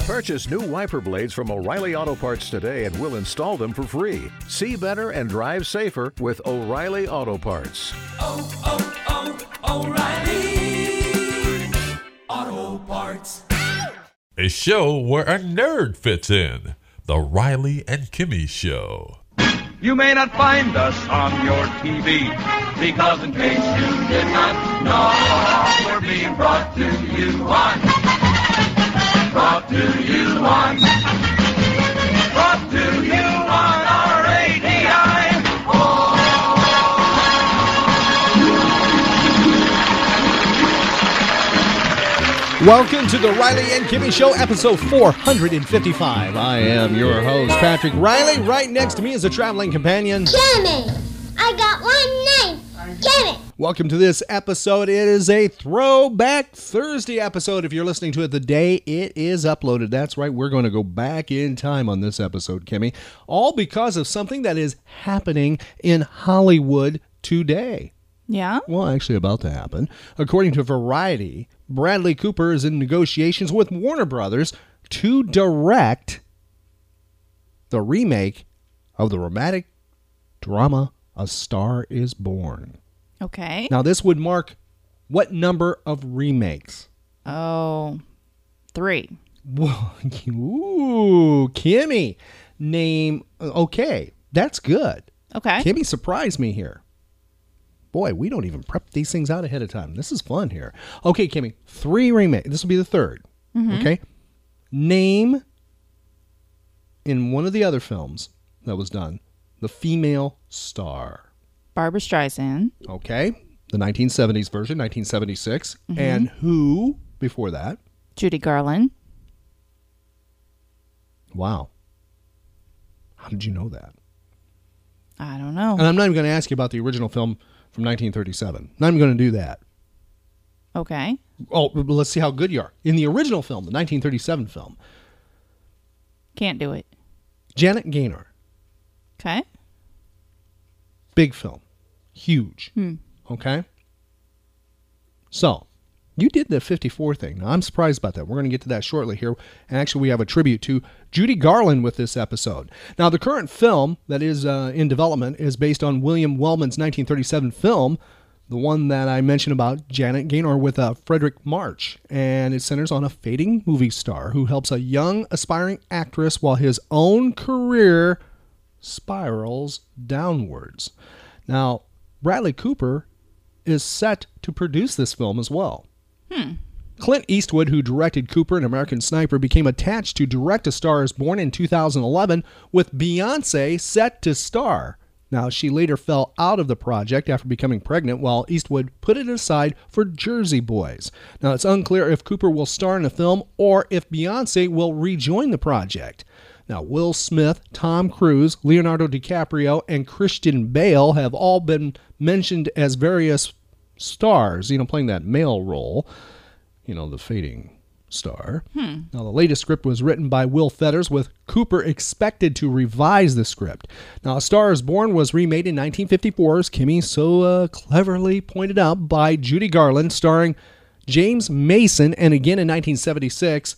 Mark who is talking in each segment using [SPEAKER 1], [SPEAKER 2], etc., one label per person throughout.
[SPEAKER 1] Purchase new wiper blades from O'Reilly Auto Parts today and we'll install them for free. See better and drive safer with O'Reilly Auto Parts.
[SPEAKER 2] oh, oh, O'Reilly. Auto parts.
[SPEAKER 3] A show where a nerd fits in. The Riley and Kimmy Show.
[SPEAKER 4] You may not find us on your TV because, in case you did not know, we're being brought to you on, brought to you on, brought to you on our ADI.
[SPEAKER 5] Welcome to the Riley and Kimmy Show, episode 455. I am your host, Patrick Riley. Right next to me is a traveling companion.
[SPEAKER 6] Jimmy, I got one name. Jimmy.
[SPEAKER 5] Welcome to this episode. It is a throwback Thursday episode. If you're listening to it the day it is uploaded, that's right. We're going to go back in time on this episode, Kimmy, all because of something that is happening in Hollywood today.
[SPEAKER 7] Yeah.
[SPEAKER 5] Well, actually, about to happen. According to Variety, Bradley Cooper is in negotiations with Warner Brothers to direct the remake of the romantic drama A Star is Born.
[SPEAKER 7] Okay.
[SPEAKER 5] Now, this would mark what number of remakes?
[SPEAKER 7] Oh, three.
[SPEAKER 5] Whoa, ooh, Kimmy, name. Okay, that's good.
[SPEAKER 7] Okay.
[SPEAKER 5] Kimmy surprised me here. Boy, we don't even prep these things out ahead of time. This is fun here. Okay, Kimmy, three remake. This will be the 3rd
[SPEAKER 8] Mm-hmm.
[SPEAKER 5] Okay, name in one of the other films that was done the female star.
[SPEAKER 7] Barbara Streisand.
[SPEAKER 5] Okay, the 1970s version, 1976, and who before that?
[SPEAKER 7] Judy Garland.
[SPEAKER 5] Wow, how did you know that?
[SPEAKER 7] I don't know.
[SPEAKER 5] And I'm not even going to ask you about the original film from 1937. Not even going to do that.
[SPEAKER 7] okay.
[SPEAKER 5] Oh, but let's see how good you are. In the original film, the 1937 film,
[SPEAKER 7] Can't do it.
[SPEAKER 5] Janet Gaynor,
[SPEAKER 7] Okay.
[SPEAKER 5] big film, huge.
[SPEAKER 7] Hmm.
[SPEAKER 5] Okay? So, you did the 54 thing. Now, I'm surprised about that. We're going to get to that shortly here. And actually, we have a tribute to Judy Garland with this episode. Now, the current film that is uh, in development is based on William Wellman's 1937 film, the one that I mentioned about Janet Gaynor with uh, Frederick March. And it centers on a fading movie star who helps a young, aspiring actress while his own career spirals downwards. Now, Bradley Cooper is set to produce this film as well. Clint Eastwood, who directed Cooper and American Sniper, became attached to direct A Star is Born in 2011, with Beyonce set to star. Now, she later fell out of the project after becoming pregnant, while Eastwood put it aside for Jersey Boys. Now, it's unclear if Cooper will star in the film or if Beyonce will rejoin the project. Now, Will Smith, Tom Cruise, Leonardo DiCaprio, and Christian Bale have all been mentioned as various stars, you know, playing that male role you know, the fading star.
[SPEAKER 7] Hmm.
[SPEAKER 5] Now, the latest script was written by Will Fetters, with Cooper expected to revise the script. Now, A Star is Born was remade in 1954, as Kimmy so uh, cleverly pointed out, by Judy Garland, starring James Mason, and again in 1976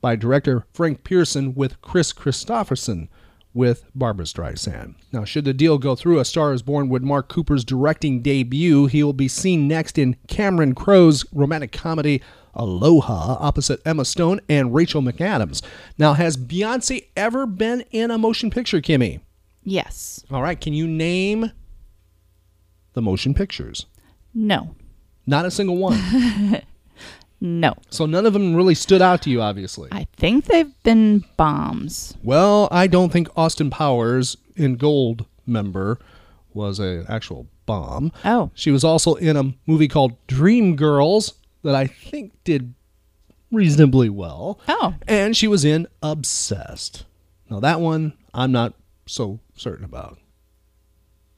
[SPEAKER 5] by director Frank Pearson, with Chris Christopherson with Barbara Streisand. Now, should the deal go through, A Star is Born would mark Cooper's directing debut. He will be seen next in Cameron Crowe's romantic comedy Aloha opposite Emma Stone and Rachel McAdams. Now, has Beyonce ever been in a motion picture, Kimmy?
[SPEAKER 7] Yes.
[SPEAKER 5] All right, can you name the motion pictures?
[SPEAKER 7] No.
[SPEAKER 5] Not a single one.
[SPEAKER 7] No.
[SPEAKER 5] so none of them really stood out to you, obviously.
[SPEAKER 7] I think they've been bombs.
[SPEAKER 5] Well, I don't think Austin Powers in Gold Member was an actual bomb.
[SPEAKER 7] Oh.
[SPEAKER 5] She was also in a movie called Dream Girls that I think did reasonably well.
[SPEAKER 7] Oh.
[SPEAKER 5] And she was in Obsessed. Now, that one I'm not so certain about.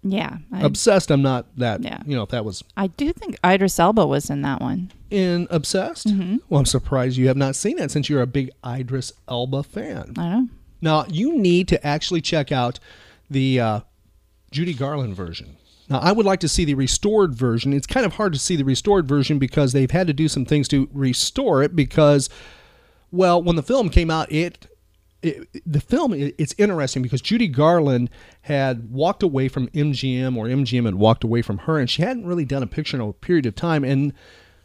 [SPEAKER 7] Yeah. I,
[SPEAKER 5] Obsessed, I'm not that,
[SPEAKER 7] Yeah.
[SPEAKER 5] you know, if that was
[SPEAKER 7] I do think Idris Elba was in that one.
[SPEAKER 5] in Obsessed.
[SPEAKER 7] Mm-hmm.
[SPEAKER 5] Well, I'm surprised you have not seen it since you're a big Idris Elba fan.
[SPEAKER 7] I don't know.
[SPEAKER 5] Now, you need to actually check out the uh, Judy Garland version. Now, I would like to see the restored version. It's kind of hard to see the restored version because they've had to do some things to restore it because Well, when the film came out, it, it the film it, it's interesting because Judy Garland had walked away from MGM or MGM had walked away from her, and she hadn't really done a picture in a period of time, and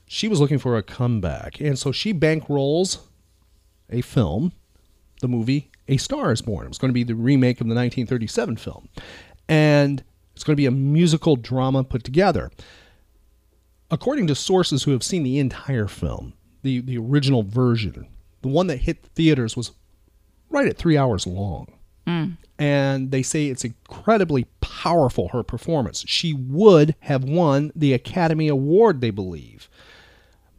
[SPEAKER 5] she was looking for a comeback, and so she bankrolls a film, the movie A Star Is Born. It was going to be the remake of the 1937 film, and it's going to be a musical drama put together according to sources who have seen the entire film, the, the original version, the one that hit theaters was right at three hours long.
[SPEAKER 7] Hmm.
[SPEAKER 5] And they say it's incredibly powerful, her performance. She would have won the Academy Award, they believe.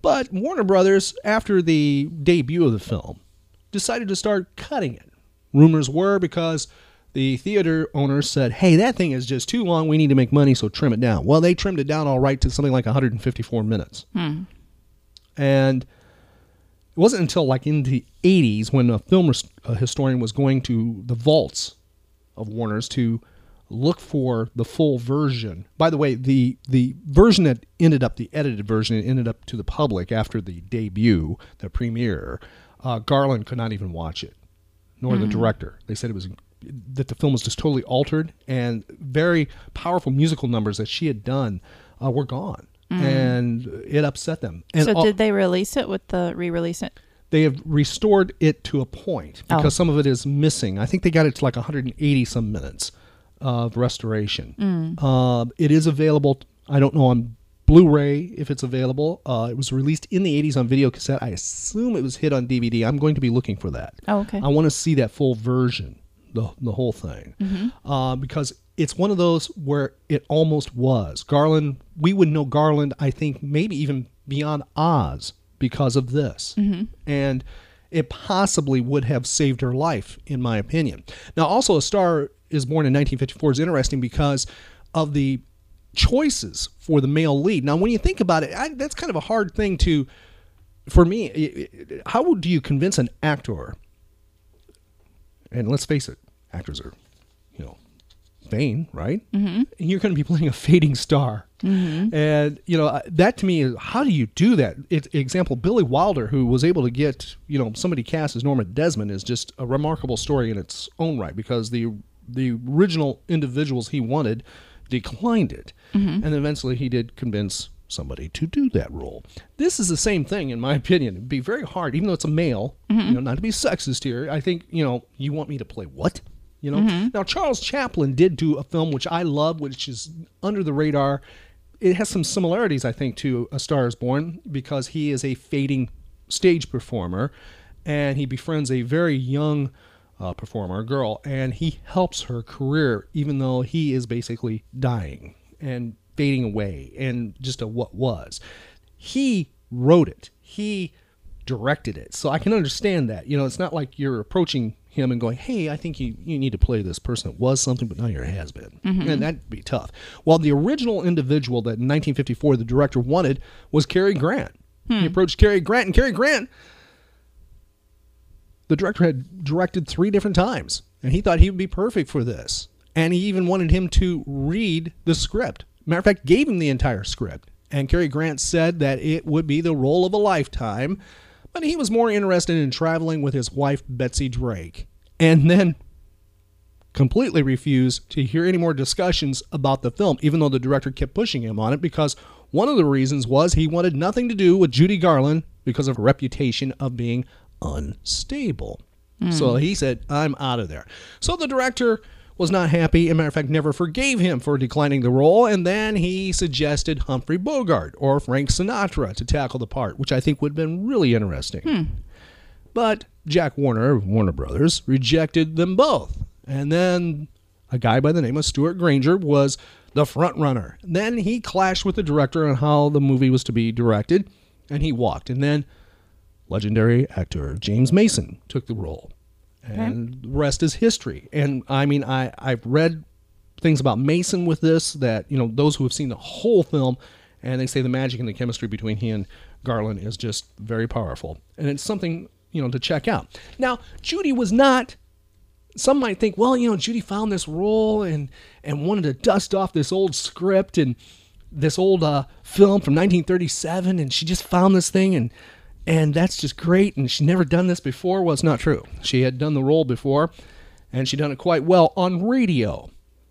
[SPEAKER 5] But Warner Brothers, after the debut of the film, decided to start cutting it. Rumors were because the theater owners said, hey, that thing is just too long. We need to make money, so trim it down. Well, they trimmed it down all right to something like 154 minutes.
[SPEAKER 7] Hmm.
[SPEAKER 5] And it wasn't until like in the 80s when a film res- a historian was going to the vaults of Warner's to look for the full version. By the way, the the version that ended up the edited version it ended up to the public after the debut, the premiere. Uh, Garland could not even watch it, nor the director. They said it was that the film was just totally altered, and very powerful musical numbers that she had done uh, were gone, and it upset them. And
[SPEAKER 7] so
[SPEAKER 5] all-
[SPEAKER 7] did they release it with the re-release it?
[SPEAKER 5] they have restored it to a point because
[SPEAKER 7] Oh.
[SPEAKER 5] some of it is missing. I think they got it to like 180 some minutes of restoration.
[SPEAKER 7] Mm.
[SPEAKER 5] Uh, it is available. I don't know on Blu-ray if it's available. Uh, it was released in the 80s on video cassette. I assume it was hit on DVD. I'm going to be looking for that.
[SPEAKER 7] Oh, okay.
[SPEAKER 5] I want to see that full version, the the whole thing,
[SPEAKER 7] Mm-hmm.
[SPEAKER 5] uh, because it's one of those where it almost was Garland. We would know Garland, I think, maybe even beyond Oz because of this,
[SPEAKER 7] Mm-hmm.
[SPEAKER 5] and it possibly would have saved her life, in my opinion. Now, also, a star is born in 1954 is interesting because of the choices for the male lead. Now, when you think about it, I, that's kind of a hard thing to. For me, it- it- how do you convince an actor and let's face it, actors are, you know, vain, right? Mm-hmm. And you're going to be playing a fading star,
[SPEAKER 9] Mm-hmm.
[SPEAKER 5] and you know I- that to me is how do you do that? It, example: Billy Wilder, who was able to get you know somebody cast as Norma Desmond, is just a remarkable story in its own right because the the original individuals he wanted declined it, and eventually he did convince somebody to do that role. This is the same thing, in my opinion. It'd be very hard, even though it's a male, you know, not to be sexist here. I think, you know, you want me to play what? You know? Now, Charles Chaplin did do a film which I love, which is under the radar. It has some similarities, I think, to A Star is Born because he is a fading stage performer and he befriends a very young uh, performer, a girl, and he helps her career, even though he is basically dying and fading away and just a what was. He wrote it, he directed it. So I can understand that. You know, it's not like you're approaching him and going, hey, I think you, you need to play this person. It was something, but now you're a has been. And that'd be tough. Well, the original individual that in 1954 the director wanted was Cary Grant. He approached Cary Grant, and Cary Grant the director had directed three different times, and he thought he would be perfect for this. And he even wanted him to read the script. Matter of fact, gave him the entire script. And Cary Grant said that it would be the role of a lifetime, but he was more interested in traveling with his wife, Betsy Drake. And then completely refused to hear any more discussions about the film, even though the director kept pushing him on it because one of the reasons was he wanted nothing to do with Judy Garland because of her reputation of being unstable. So he said, I'm out of there. So the director was not happy, and matter of fact, never forgave him for declining the role, and then he suggested Humphrey Bogart or Frank Sinatra to tackle the part, which I think would have been really interesting. But Jack Warner of Warner Brothers rejected them both. And then a guy by the name of Stuart Granger was the front runner. Then he clashed with the director on how the movie was to be directed, and he walked. And then legendary actor James Mason took the role. And the rest is history. And I mean, I, I've read things about Mason with this that, you know, those who have seen the whole film and they say the magic and the chemistry between he and Garland is just very powerful. And it's something, you know, to check out. Now, Judy was not some might think, well, you know, Judy found this role and and wanted to dust off this old script and this old uh, film from 1937, and she just found this thing and and that's just great. And she's never done this before. Well, it's not true. She had done the role before, and she done it quite well on radio.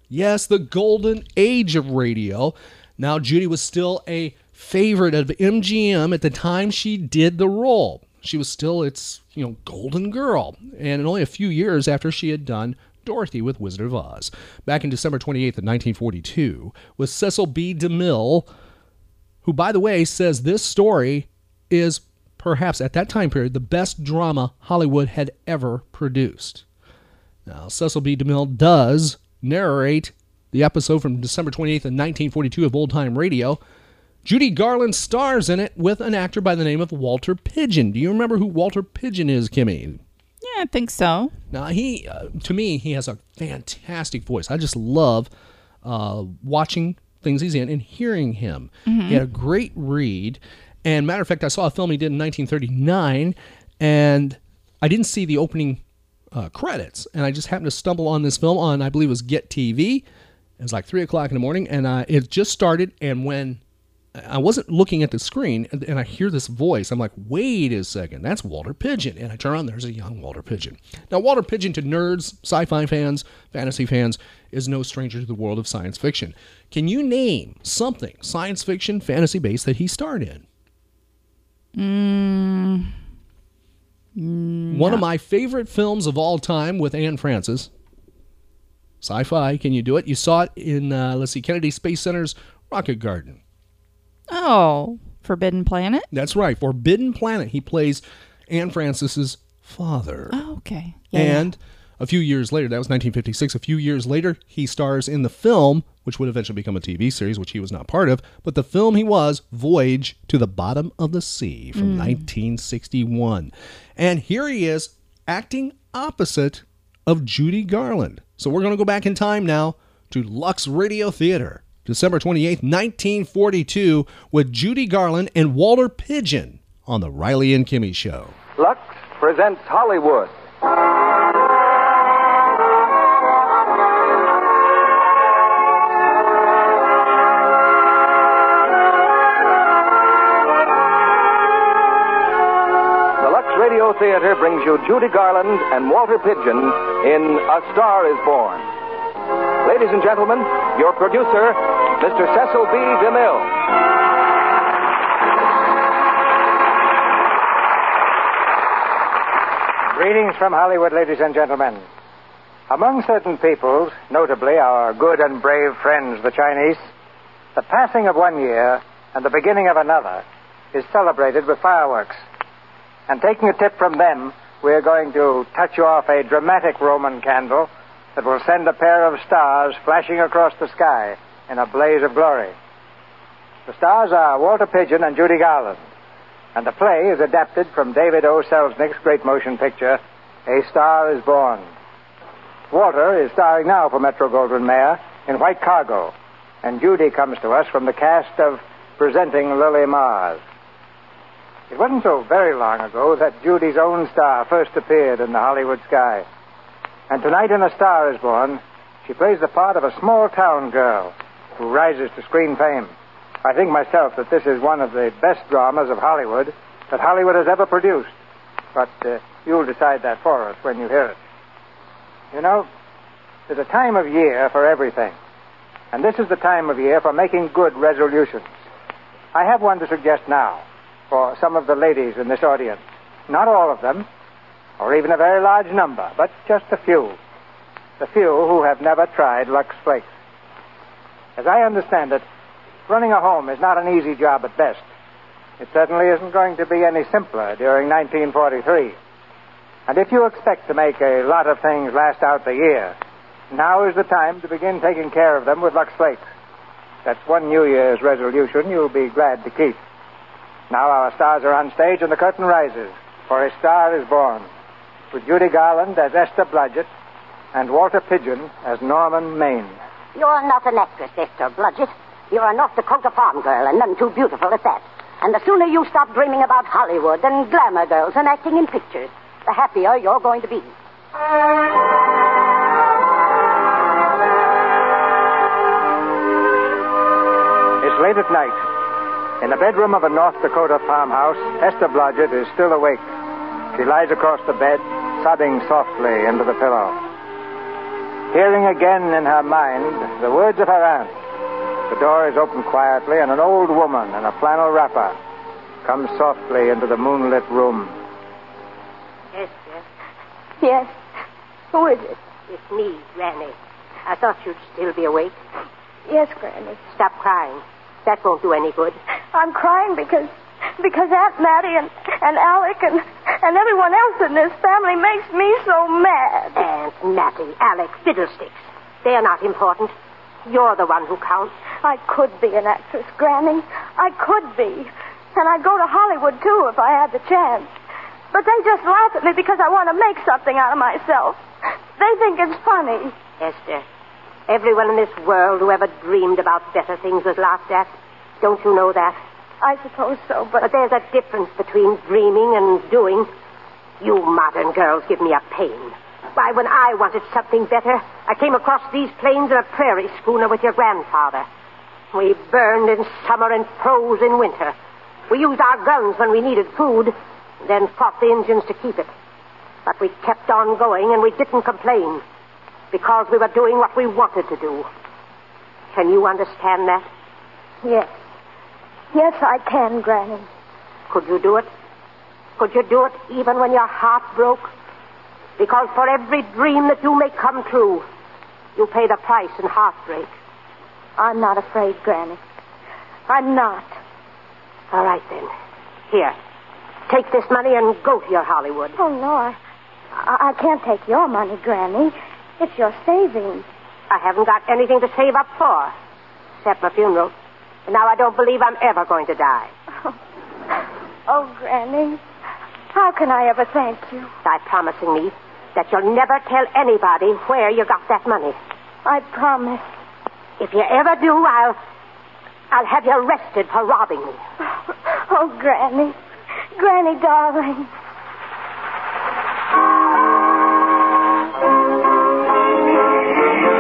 [SPEAKER 5] Yes, the golden age of radio. Now, Judy was still a favorite of MGM at the time she did the role. She was still its, you know, golden girl, and only a few years after she had done Dorothy with Wizard of Oz. Back in December 28th of 1942, with Cecil B. DeMille, who, by the way, says this story is perhaps at that time period the best drama Hollywood had ever produced. Now, Cecil B. DeMille does narrate the episode from December 28th of 1942 of Old Time Radio. Judy Garland stars in it with an actor by the name of Walter Pigeon. Do you remember who Walter Pigeon is, Kimmy?
[SPEAKER 7] Yeah, I think so.
[SPEAKER 5] Now he, uh, to me, he has a fantastic voice. I just love uh, watching things he's in and hearing him.
[SPEAKER 7] Mm-hmm.
[SPEAKER 5] He had a great read. And matter of fact, I saw a film he did in 1939, and I didn't see the opening uh, credits, and I just happened to stumble on this film on I believe it was Get TV. It was like three o'clock in the morning, and uh, it just started. And when I wasn't looking at the screen and, and I hear this voice. I'm like, wait a second, that's Walter Pigeon. And I turn around, there's a young Walter Pigeon. Now, Walter Pigeon to nerds, sci fi fans, fantasy fans, is no stranger to the world of science fiction. Can you name something science fiction, fantasy based that he starred in?
[SPEAKER 7] Mm.
[SPEAKER 5] One of my favorite films of all time with Anne Francis. Sci fi, can you do it? You saw it in, uh, let's see, Kennedy Space Center's Rocket Garden.
[SPEAKER 7] Oh, Forbidden Planet.
[SPEAKER 5] That's right. Forbidden Planet. He plays Anne Francis's father.
[SPEAKER 7] Oh, okay. Yeah, yeah.
[SPEAKER 5] and a few years later, that was 1956. A few years later, he stars in the film, which would eventually become a TV series, which he was not part of. But the film he was, Voyage to the Bottom of the Sea from
[SPEAKER 7] Mm.
[SPEAKER 5] 1961. And here he is acting opposite of Judy Garland. So we're going to go back in time now to Lux Radio Theater, December 28th, 1942, with Judy Garland and Walter Pigeon on The Riley and Kimmy Show.
[SPEAKER 10] Lux presents Hollywood. The Lux Radio Theater brings you Judy Garland and Walter Pigeon in A Star is Born. Ladies and gentlemen, your producer, Mr. Cecil B. DeMille. Greetings from Hollywood, ladies and gentlemen. Among certain peoples, notably our good and brave friends, the Chinese, the passing of one year and the beginning of another is celebrated with fireworks. And taking a tip from them, we're going to touch off a dramatic Roman candle that will send a pair of stars flashing across the sky in a blaze of glory. The stars are Walter Pigeon and Judy Garland, and the play is adapted from David O. Selznick's great motion picture, A Star is Born. Walter is starring now for Metro Goldwyn Mayer in White Cargo, and Judy comes to us from the cast of Presenting Lily Mars. It wasn't so very long ago that Judy's own star first appeared in the Hollywood sky. And tonight in A Star is Born, she plays the part of a small town girl who rises to screen fame. I think myself that this is one of the best dramas of Hollywood that Hollywood has ever produced. But uh, you'll decide that for us when you hear it. You know, there's a time of year for everything. And this is the time of year for making good resolutions. I have one to suggest now for some of the ladies in this audience. Not all of them, or even a very large number, but just a few. The few who have never tried Lux Flakes. As I understand it, running a home is not an easy job at best. It certainly isn't going to be any simpler during 1943. And if you expect to make a lot of things last out the year, now is the time to begin taking care of them with Lux Flakes. That's one New Year's resolution you'll be glad to keep. Now our stars are on stage and the curtain rises, for a star is born, with Judy Garland as Esther Blodgett and Walter Pigeon as Norman Maine.
[SPEAKER 11] You're not an actress, Esther Blodgett. You're a North Dakota farm girl, and none too beautiful at that. And the sooner you stop dreaming about Hollywood and glamour girls and acting in pictures, the happier you're going to be.
[SPEAKER 10] It's late at night. In the bedroom of a North Dakota farmhouse, Hester Blodgett is still awake. She lies across the bed, sobbing softly into the pillow. Hearing again in her mind the words of her aunt, the door is opened quietly, and an old woman in a flannel wrapper comes softly into the moonlit room.
[SPEAKER 11] Yes, yes. Yes. Who is it? It's me, Granny. I thought you'd still be awake.
[SPEAKER 8] Yes, Granny.
[SPEAKER 11] Stop crying. That won't do any good.
[SPEAKER 8] I'm crying because because Aunt Mattie and, and Alec and, and everyone else in this family makes me so mad.
[SPEAKER 11] Aunt Mattie, Alec, fiddlesticks. They're not important. You're the one who counts.
[SPEAKER 8] I could be an actress, Granny. I could be. And I'd go to Hollywood, too, if I had the chance. But they just laugh at me because I want to make something out of myself. They think it's funny.
[SPEAKER 11] Esther, everyone in this world who ever dreamed about better things was laughed at. Don't you know that?
[SPEAKER 8] I suppose so,
[SPEAKER 11] But there's a difference between dreaming and doing. You modern girls give me a pain. Why, when I wanted something better, I came across these plains in a prairie schooner with your grandfather. We burned in summer and froze in winter. We used our guns when we needed food, then fought the Indians to keep it. But we kept on going and we didn't complain because we were doing what we wanted to do. Can you understand that?
[SPEAKER 8] Yes. Yes, I can, Granny.
[SPEAKER 11] Could you do it? Could you do it even when your heart broke? Because for every dream that you make come true, you pay the price in heartbreak.
[SPEAKER 8] I'm not afraid, Granny. I'm not.
[SPEAKER 11] All right, then. Here. Take this money and go to your Hollywood.
[SPEAKER 8] Oh, no, I, I, I can't take your money, Granny. It's your savings.
[SPEAKER 11] I haven't got anything to save up for, except my funeral. And now I don't believe I'm ever going to die.
[SPEAKER 8] Oh, Granny, how can I ever thank you?
[SPEAKER 11] By promising me that you'll never tell anybody where you got that money.
[SPEAKER 8] I promise.
[SPEAKER 11] If you ever do, I'll. I'll have you arrested for robbing me.
[SPEAKER 8] Oh, Granny. Granny, darling.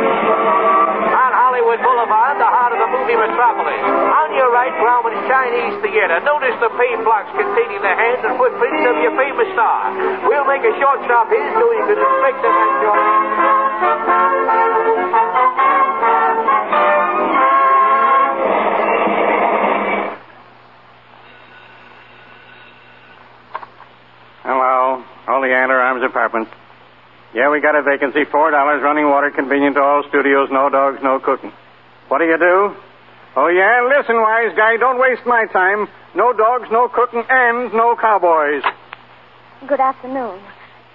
[SPEAKER 12] On Hollywood Boulevard, the heart of the movie metropolis. On your right, Grauman's Chinese Theater. Notice the paved blocks containing the hands and footprints of your favorite star. We'll make a short stop here so you can inspect the that short.
[SPEAKER 13] Hello, Oleander Arms Apartment. Yeah, we got a vacancy. Four dollars, running water, convenient to all studios. No dogs, no cooking. What do you do? Oh yeah, listen, wise guy, don't waste my time. No dogs, no cooking, and no cowboys.
[SPEAKER 8] Good afternoon.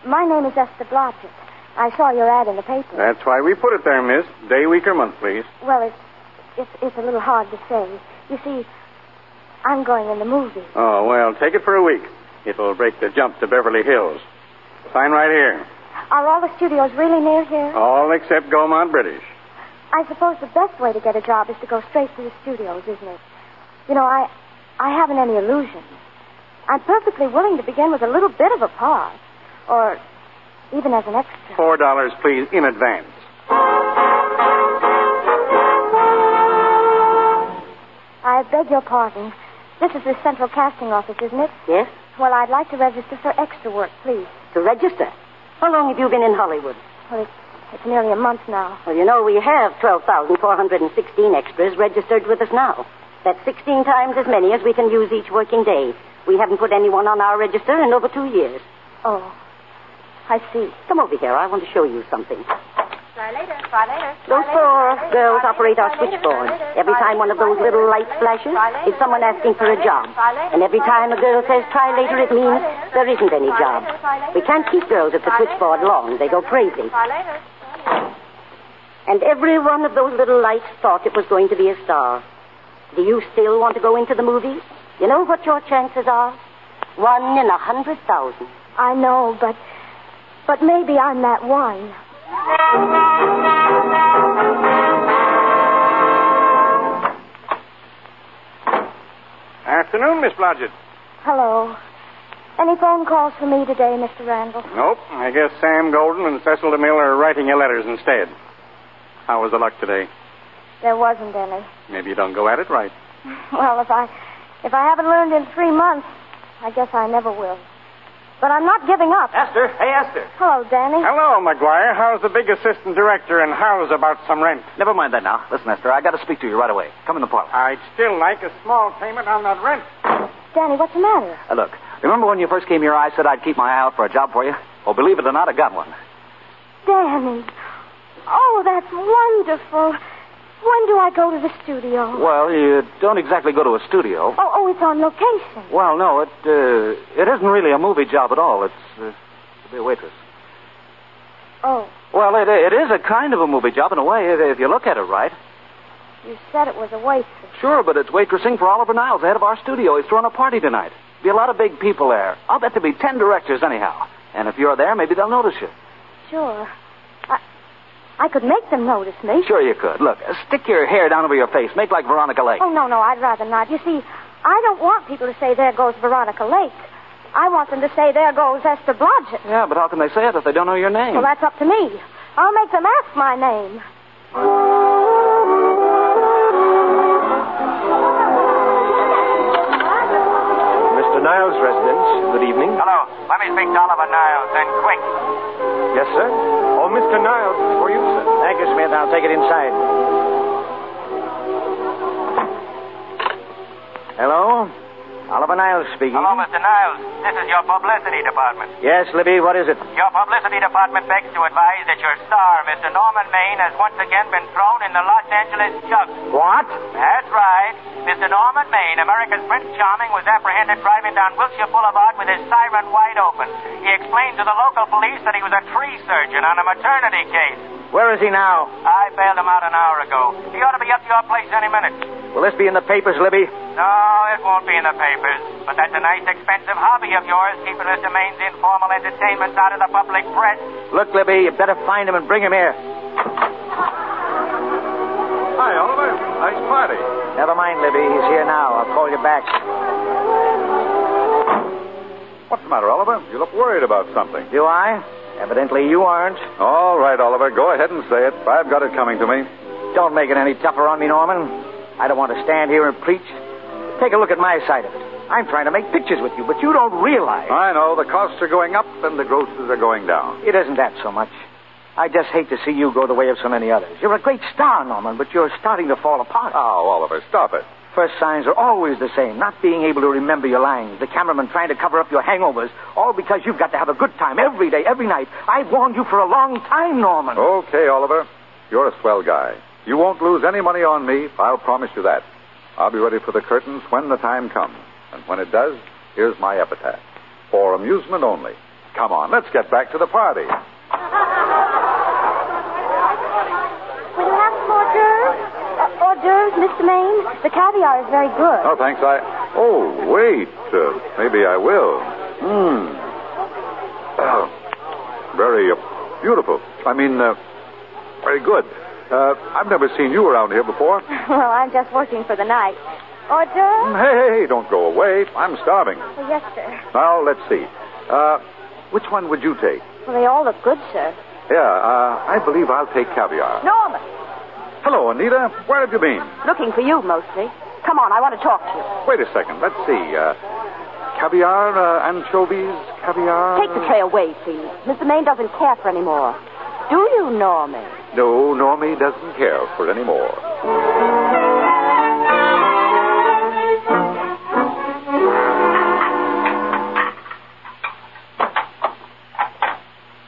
[SPEAKER 8] My name is Esther Blodgett. I saw your ad in the paper.
[SPEAKER 13] That's why we put it there, Miss. Day, week, or month, please.
[SPEAKER 8] Well, it's, it's, it's a little hard to say. You see, I'm going in the movies.
[SPEAKER 13] Oh well, take it for a week. It'll break the jump to Beverly Hills. Sign right here.
[SPEAKER 8] Are all the studios really near here?
[SPEAKER 13] All except Gaumont British.
[SPEAKER 8] I suppose the best way to get a job is to go straight to the studios, isn't it? You know, I I haven't any illusions. I'm perfectly willing to begin with a little bit of a part, or even as an extra.
[SPEAKER 13] Four dollars, please, in advance.
[SPEAKER 8] I beg your pardon. This is the central casting office, isn't it?
[SPEAKER 11] Yes?
[SPEAKER 8] Well, I'd like to register for extra work, please.
[SPEAKER 11] To register. How long have you been in Hollywood?
[SPEAKER 8] Well, it's, it's nearly a month now.
[SPEAKER 11] Well, you know, we have 12,416 extras registered with us now. That's 16 times as many as we can use each working day. We haven't put anyone on our register in over two years.
[SPEAKER 8] Oh, I see.
[SPEAKER 11] Come over here. I want to show you something.
[SPEAKER 8] Try later. Try later.
[SPEAKER 11] Those four girls operate our switchboard. Every time one of those little lights flashes, it's someone asking for a job. And every time a girl says try later, it means there isn't any job. We can't keep girls at the switchboard long. They go crazy. And every one of those little lights thought it was going to be a star. Do you still want to go into the movies? You know what your chances are? One in a hundred thousand.
[SPEAKER 8] I know, but but maybe I'm that one.
[SPEAKER 13] Afternoon, Miss Blodgett.
[SPEAKER 8] Hello. Any phone calls for me today, Mr. Randall?
[SPEAKER 13] Nope. I guess Sam Golden and Cecil DeMille are writing you letters instead. How was the luck today?
[SPEAKER 8] There wasn't any.
[SPEAKER 13] Maybe you don't go at it right.
[SPEAKER 8] Well, if I If I haven't learned in three months, I guess I never will. But I'm not giving up.
[SPEAKER 12] Esther, hey, Esther.
[SPEAKER 8] Hello, Danny.
[SPEAKER 13] Hello, McGuire. How's the big assistant director and how's about some rent?
[SPEAKER 9] Never mind that now. Listen, Esther, I got to speak to you right away. Come in the parlor.
[SPEAKER 13] I'd still like a small payment on that rent.
[SPEAKER 8] Danny, what's the matter?
[SPEAKER 9] Uh, look, remember when you first came here, I said I'd keep my eye out for a job for you? Well, believe it or not, I got one.
[SPEAKER 8] Danny. Oh, that's wonderful. When do I go to the studio?
[SPEAKER 9] Well, you don't exactly go to a studio.
[SPEAKER 8] Oh, oh, it's on location.
[SPEAKER 9] Well, no, it uh, it isn't really a movie job at all. It's uh, to be a waitress.
[SPEAKER 8] Oh,
[SPEAKER 9] Well, it it is a kind of a movie job in a way if, if you look at it right.
[SPEAKER 8] you said it was a waitress.
[SPEAKER 9] Sure, but it's waitressing for Oliver Niles, the head of our studio. He's throwing a party tonight. Be a lot of big people there. I'll bet there'll be ten directors anyhow. And if you're there, maybe they'll notice you.
[SPEAKER 8] Sure. I, I could make them notice me.
[SPEAKER 9] Sure, you could. Look, uh, stick your hair down over your face. Make like Veronica Lake.
[SPEAKER 8] Oh, no, no, I'd rather not. You see, I don't want people to say, there goes Veronica Lake. I want them to say, there goes Esther Blodgett.
[SPEAKER 9] Yeah, but how can they say it if they don't know your name?
[SPEAKER 8] Well, that's up to me. I'll make them ask my name.
[SPEAKER 14] Mr. Niles' residence. Good evening.
[SPEAKER 12] Hello. Let me speak to Oliver Niles, and quick.
[SPEAKER 14] Yes, sir. Oh, Mr. Niles, it's for you, sir.
[SPEAKER 9] Thank you, Smith. I'll take it inside. Hello? Oliver Niles speaking.
[SPEAKER 12] Hello, Mr. Niles. This is your publicity department.
[SPEAKER 9] Yes, Libby, what is it?
[SPEAKER 12] Your publicity department begs to advise that your star, Mr. Norman Maine, has once again been thrown in the Los Angeles jug.
[SPEAKER 9] What?
[SPEAKER 12] That's right. Mr. Norman Maine, America's Prince Charming, was apprehended driving down Wilshire Boulevard with his siren wide open. He explained to the local police that he was a tree surgeon on a maternity case.
[SPEAKER 9] Where is he now?
[SPEAKER 12] I bailed him out an hour ago. He ought to be up to your place any minute.
[SPEAKER 9] Will this be in the papers, Libby?
[SPEAKER 12] No, it won't be in the papers. But that's a nice, expensive hobby of yours, keeping Mr. Maine's informal entertainments out of the public press.
[SPEAKER 9] Look, Libby, you better find him and bring him here.
[SPEAKER 14] Hi, Oliver. Nice party.
[SPEAKER 9] Never mind, Libby. He's here now. I'll call you back.
[SPEAKER 15] What's the matter, Oliver? You look worried about something.
[SPEAKER 9] Do I? Evidently you aren't.
[SPEAKER 15] All right, Oliver. Go ahead and say it. I've got it coming to me.
[SPEAKER 9] Don't make it any tougher on me, Norman. I don't want to stand here and preach. Take a look at my side of it. I'm trying to make pictures with you, but you don't realize.
[SPEAKER 15] I know. The costs are going up and the grosses are going down.
[SPEAKER 9] It isn't that so much. I just hate to see you go the way of so many others. You're a great star, Norman, but you're starting to fall apart.
[SPEAKER 15] Oh, Oliver, stop it.
[SPEAKER 9] First signs are always the same. Not being able to remember your lines, the cameraman trying to cover up your hangovers, all because you've got to have a good time every day, every night. I've warned you for a long time, Norman.
[SPEAKER 15] Okay, Oliver. You're a swell guy. You won't lose any money on me. I'll promise you that. I'll be ready for the curtains when the time comes. And when it does, here's my epitaph. For amusement only. Come on, let's get back to the party.
[SPEAKER 8] Will you have some hors d'oeuvres? Uh, hors d'oeuvres, Mr. Maine? The caviar is very good.
[SPEAKER 15] No, thanks. I. Oh, wait. Uh, maybe I will. Hmm. Oh, very uh, beautiful. I mean, uh, very good. Uh, I've never seen you around here before. Hey,
[SPEAKER 8] well, I'm just working for the night. Hors d'oeuvres?
[SPEAKER 15] hey, hey, don't go away. I'm starving.
[SPEAKER 8] Well, yes, sir.
[SPEAKER 15] Now, let's see. Uh, which one would you take?
[SPEAKER 8] Well, they all look good, sir.
[SPEAKER 15] Yeah, uh, I believe I'll take caviar.
[SPEAKER 11] Norman,
[SPEAKER 15] Hello, Anita. Where have you been?
[SPEAKER 11] looking for you mostly. Come on, I want to talk to you.
[SPEAKER 15] Wait a second. Let's see. Uh, caviar, uh, anchovies, caviar.
[SPEAKER 11] Take the tray away, please. Mr. Maine doesn't care for any more. Do you, Norman?
[SPEAKER 15] No, Normie doesn't care for any more.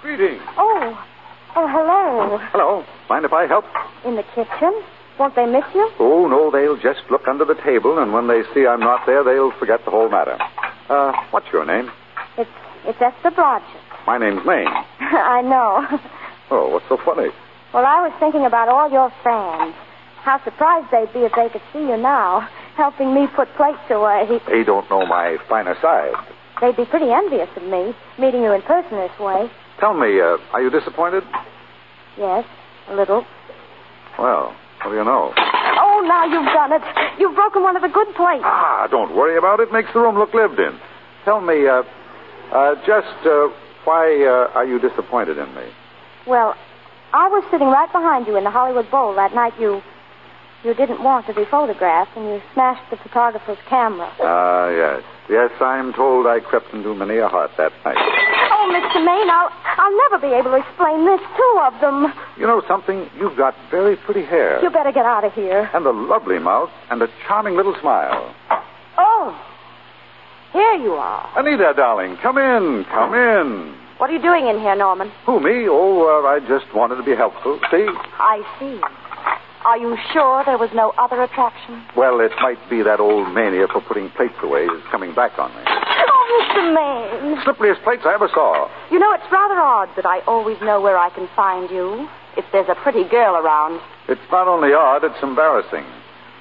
[SPEAKER 15] Greetings.
[SPEAKER 8] Oh. Oh, hello.
[SPEAKER 15] Hello. Mind if I help?
[SPEAKER 8] In the kitchen? Won't they miss you?
[SPEAKER 15] Oh, no, they'll just look under the table, and when they see I'm not there, they'll forget the whole matter. Uh, what's your name?
[SPEAKER 8] It's it's Esther Blodgett.
[SPEAKER 15] My name's Maine.
[SPEAKER 8] I know.
[SPEAKER 15] Oh, what's so funny?
[SPEAKER 8] Well, I was thinking about all your fans. How surprised they'd be if they could see you now, helping me put plates away.
[SPEAKER 15] They don't know my finer side.
[SPEAKER 8] They'd be pretty envious of me, meeting you in person this way.
[SPEAKER 15] Tell me, uh, are you disappointed?
[SPEAKER 8] Yes, a little.
[SPEAKER 15] Well, what do you know?
[SPEAKER 8] Oh, now you've done it. You've broken one of the good plates.
[SPEAKER 15] Ah, don't worry about it. Makes the room look lived in. Tell me, uh, uh, just uh, why uh, are you disappointed in me?
[SPEAKER 8] Well, I was sitting right behind you in the Hollywood Bowl that night you you didn't want to be photographed, and you smashed the photographer's camera.
[SPEAKER 15] Ah, yes. Yes, I'm told I crept into many a heart that night.
[SPEAKER 8] Oh, Mr. Maine, I'll, I'll never be able to explain this. Two of them.
[SPEAKER 15] You know something? You've got very pretty hair.
[SPEAKER 8] You better get out of here.
[SPEAKER 15] And a lovely mouth and a charming little smile.
[SPEAKER 8] Oh, here you are.
[SPEAKER 15] Anita, darling, come in, come in.
[SPEAKER 8] What are you doing in here, Norman?
[SPEAKER 15] Who, me? Oh, uh, I just wanted to be helpful. See?
[SPEAKER 8] I see. Are you sure there was no other attraction?
[SPEAKER 15] Well, it might be that old mania for putting plates away is coming back on me.
[SPEAKER 8] Oh, Mr. Maine.
[SPEAKER 15] Slippiest plates I ever saw.
[SPEAKER 8] You know, it's rather odd that I always know where I can find you if there's a pretty girl around.
[SPEAKER 15] It's not only odd, it's embarrassing.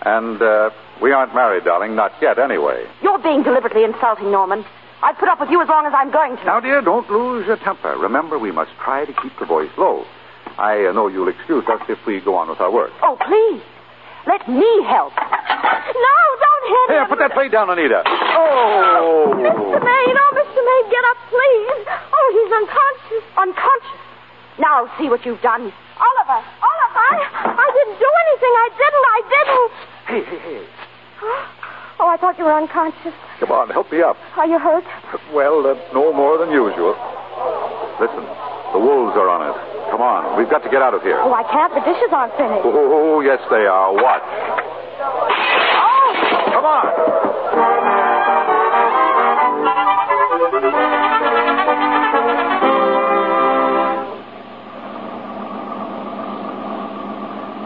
[SPEAKER 15] And uh, we aren't married, darling, not yet, anyway.
[SPEAKER 8] You're being deliberately insulting, Norman. I've put up with you as long as I'm going to.
[SPEAKER 15] Now, dear, don't lose your temper. Remember, we must try to keep the voice low. I uh, know you'll excuse us if we go on with our work.
[SPEAKER 8] Oh, please. Let me help. No, Oh, don't hit
[SPEAKER 15] Here,
[SPEAKER 8] him.
[SPEAKER 15] put that plate down, Anita. Oh!
[SPEAKER 8] Mr. Maine, oh, Mr. Maine, get up, please. Oh, he's unconscious. Unconscious? Now see what you've done. Oliver, Oliver, I, I didn't do anything. I didn't, I didn't.
[SPEAKER 15] Hey, hey, hey.
[SPEAKER 8] Oh, I thought you were unconscious.
[SPEAKER 15] Come on, help me up.
[SPEAKER 8] Are you hurt?
[SPEAKER 15] Well, uh, no more than usual. Listen, the wolves are on us. Come on, we've got to get out of here.
[SPEAKER 8] Oh, I can't. The dishes aren't finished.
[SPEAKER 15] Oh, yes, they are. Watch. Come on.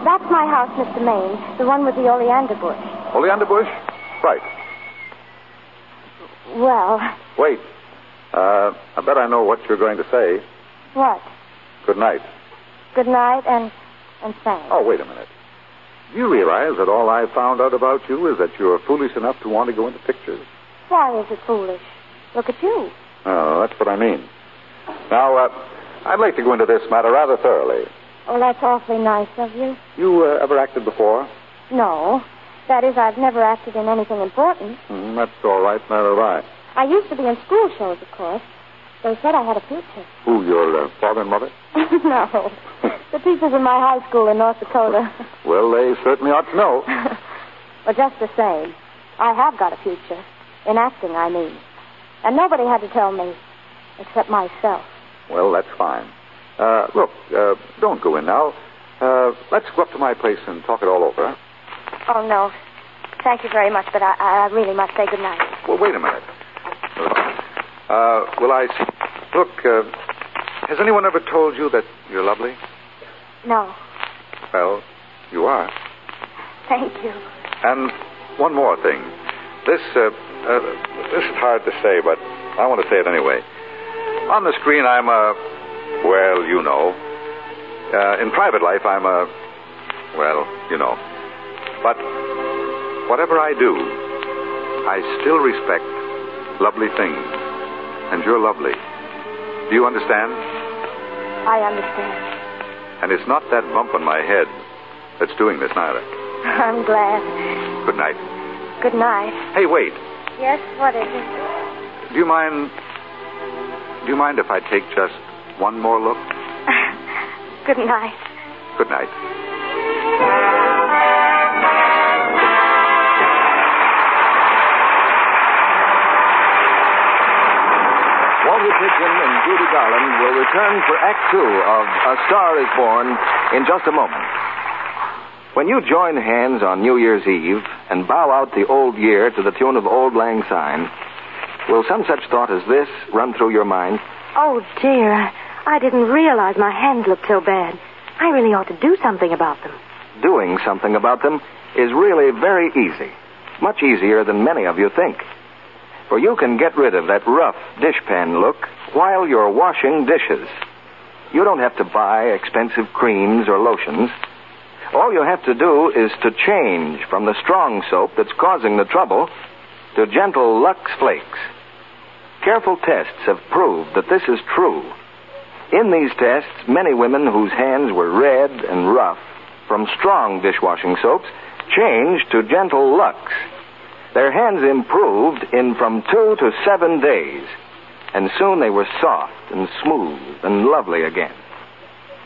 [SPEAKER 8] That's my house, Mr. Maine, the one with the oleander bush.
[SPEAKER 15] Oleander bush? Right.
[SPEAKER 8] Well,
[SPEAKER 15] Wait. Uh, I bet I know what you're going to say.
[SPEAKER 8] what?
[SPEAKER 15] Good night.
[SPEAKER 8] Good night and, and thanks.
[SPEAKER 15] Oh, wait a minute. Do you realize that all I found out about you is that you're foolish enough to want to go into pictures?
[SPEAKER 8] Why is it foolish? Look at you.
[SPEAKER 15] Oh, that's what I mean. Now, uh, I'd like to go into this matter rather thoroughly.
[SPEAKER 8] Oh, that's awfully nice of you.
[SPEAKER 15] You uh, ever acted before?
[SPEAKER 8] No. That is, I've never acted in anything important.
[SPEAKER 15] Mm, that's all right, neither have I.
[SPEAKER 8] I used to be in school shows, of course. They said I had a future.
[SPEAKER 15] Who, your uh, father and mother?
[SPEAKER 8] no. The teachers in my high school in North Dakota.
[SPEAKER 15] Well, they certainly ought to know.
[SPEAKER 8] well, just the same, I have got a future. In acting, I mean. And nobody had to tell me, except myself.
[SPEAKER 15] Well, that's fine. Uh, look, uh, don't go in now. Uh, let's go up to my place and talk it all over.
[SPEAKER 8] Oh, no. Thank you very much, but I, I really must say good night.
[SPEAKER 15] Well, wait a minute. Uh, will I. Look, uh, has anyone ever told you that you're lovely?
[SPEAKER 8] No,
[SPEAKER 15] Well, you are.
[SPEAKER 8] thank you.
[SPEAKER 15] And one more thing. This, uh, uh, this is hard to say, but I want to say it anyway. On the screen, I'm a. Well, you know. Uh, in private life, I'm a. Well, you know. But whatever I do, I still respect lovely things. And you're lovely. Do you understand?
[SPEAKER 8] I understand.
[SPEAKER 15] And it's not that bump on my head that's doing this, neither.
[SPEAKER 8] I'm glad.
[SPEAKER 15] Good night.
[SPEAKER 8] Good night.
[SPEAKER 15] Hey, wait.
[SPEAKER 8] Yes, what is it?
[SPEAKER 15] Do you mind? Do you mind if I take just one more look?
[SPEAKER 8] Good night.
[SPEAKER 15] Good night.
[SPEAKER 16] Walter Pigeon and Judy Garland will return for Act Two of A Star is Born in just a moment. When you join hands on New Year's Eve and bow out the old year to the tune of Old Lang Syne, will some such thought as this run through your mind?
[SPEAKER 17] Oh, dear. I didn't realize my hands looked so bad. I really ought to do something about them.
[SPEAKER 16] Doing something about them is really very easy, much easier than many of you think. For you can get rid of that rough dishpan look while you're washing dishes. You don't have to buy expensive creams or lotions. All you have to do is to change from the strong soap that's causing the trouble to gentle Lux Flakes. Careful tests have proved that this is true. In these tests, many women whose hands were red and rough from strong dishwashing soaps changed to gentle Lux. Their hands improved in from two to seven days, and soon they were soft and smooth and lovely again.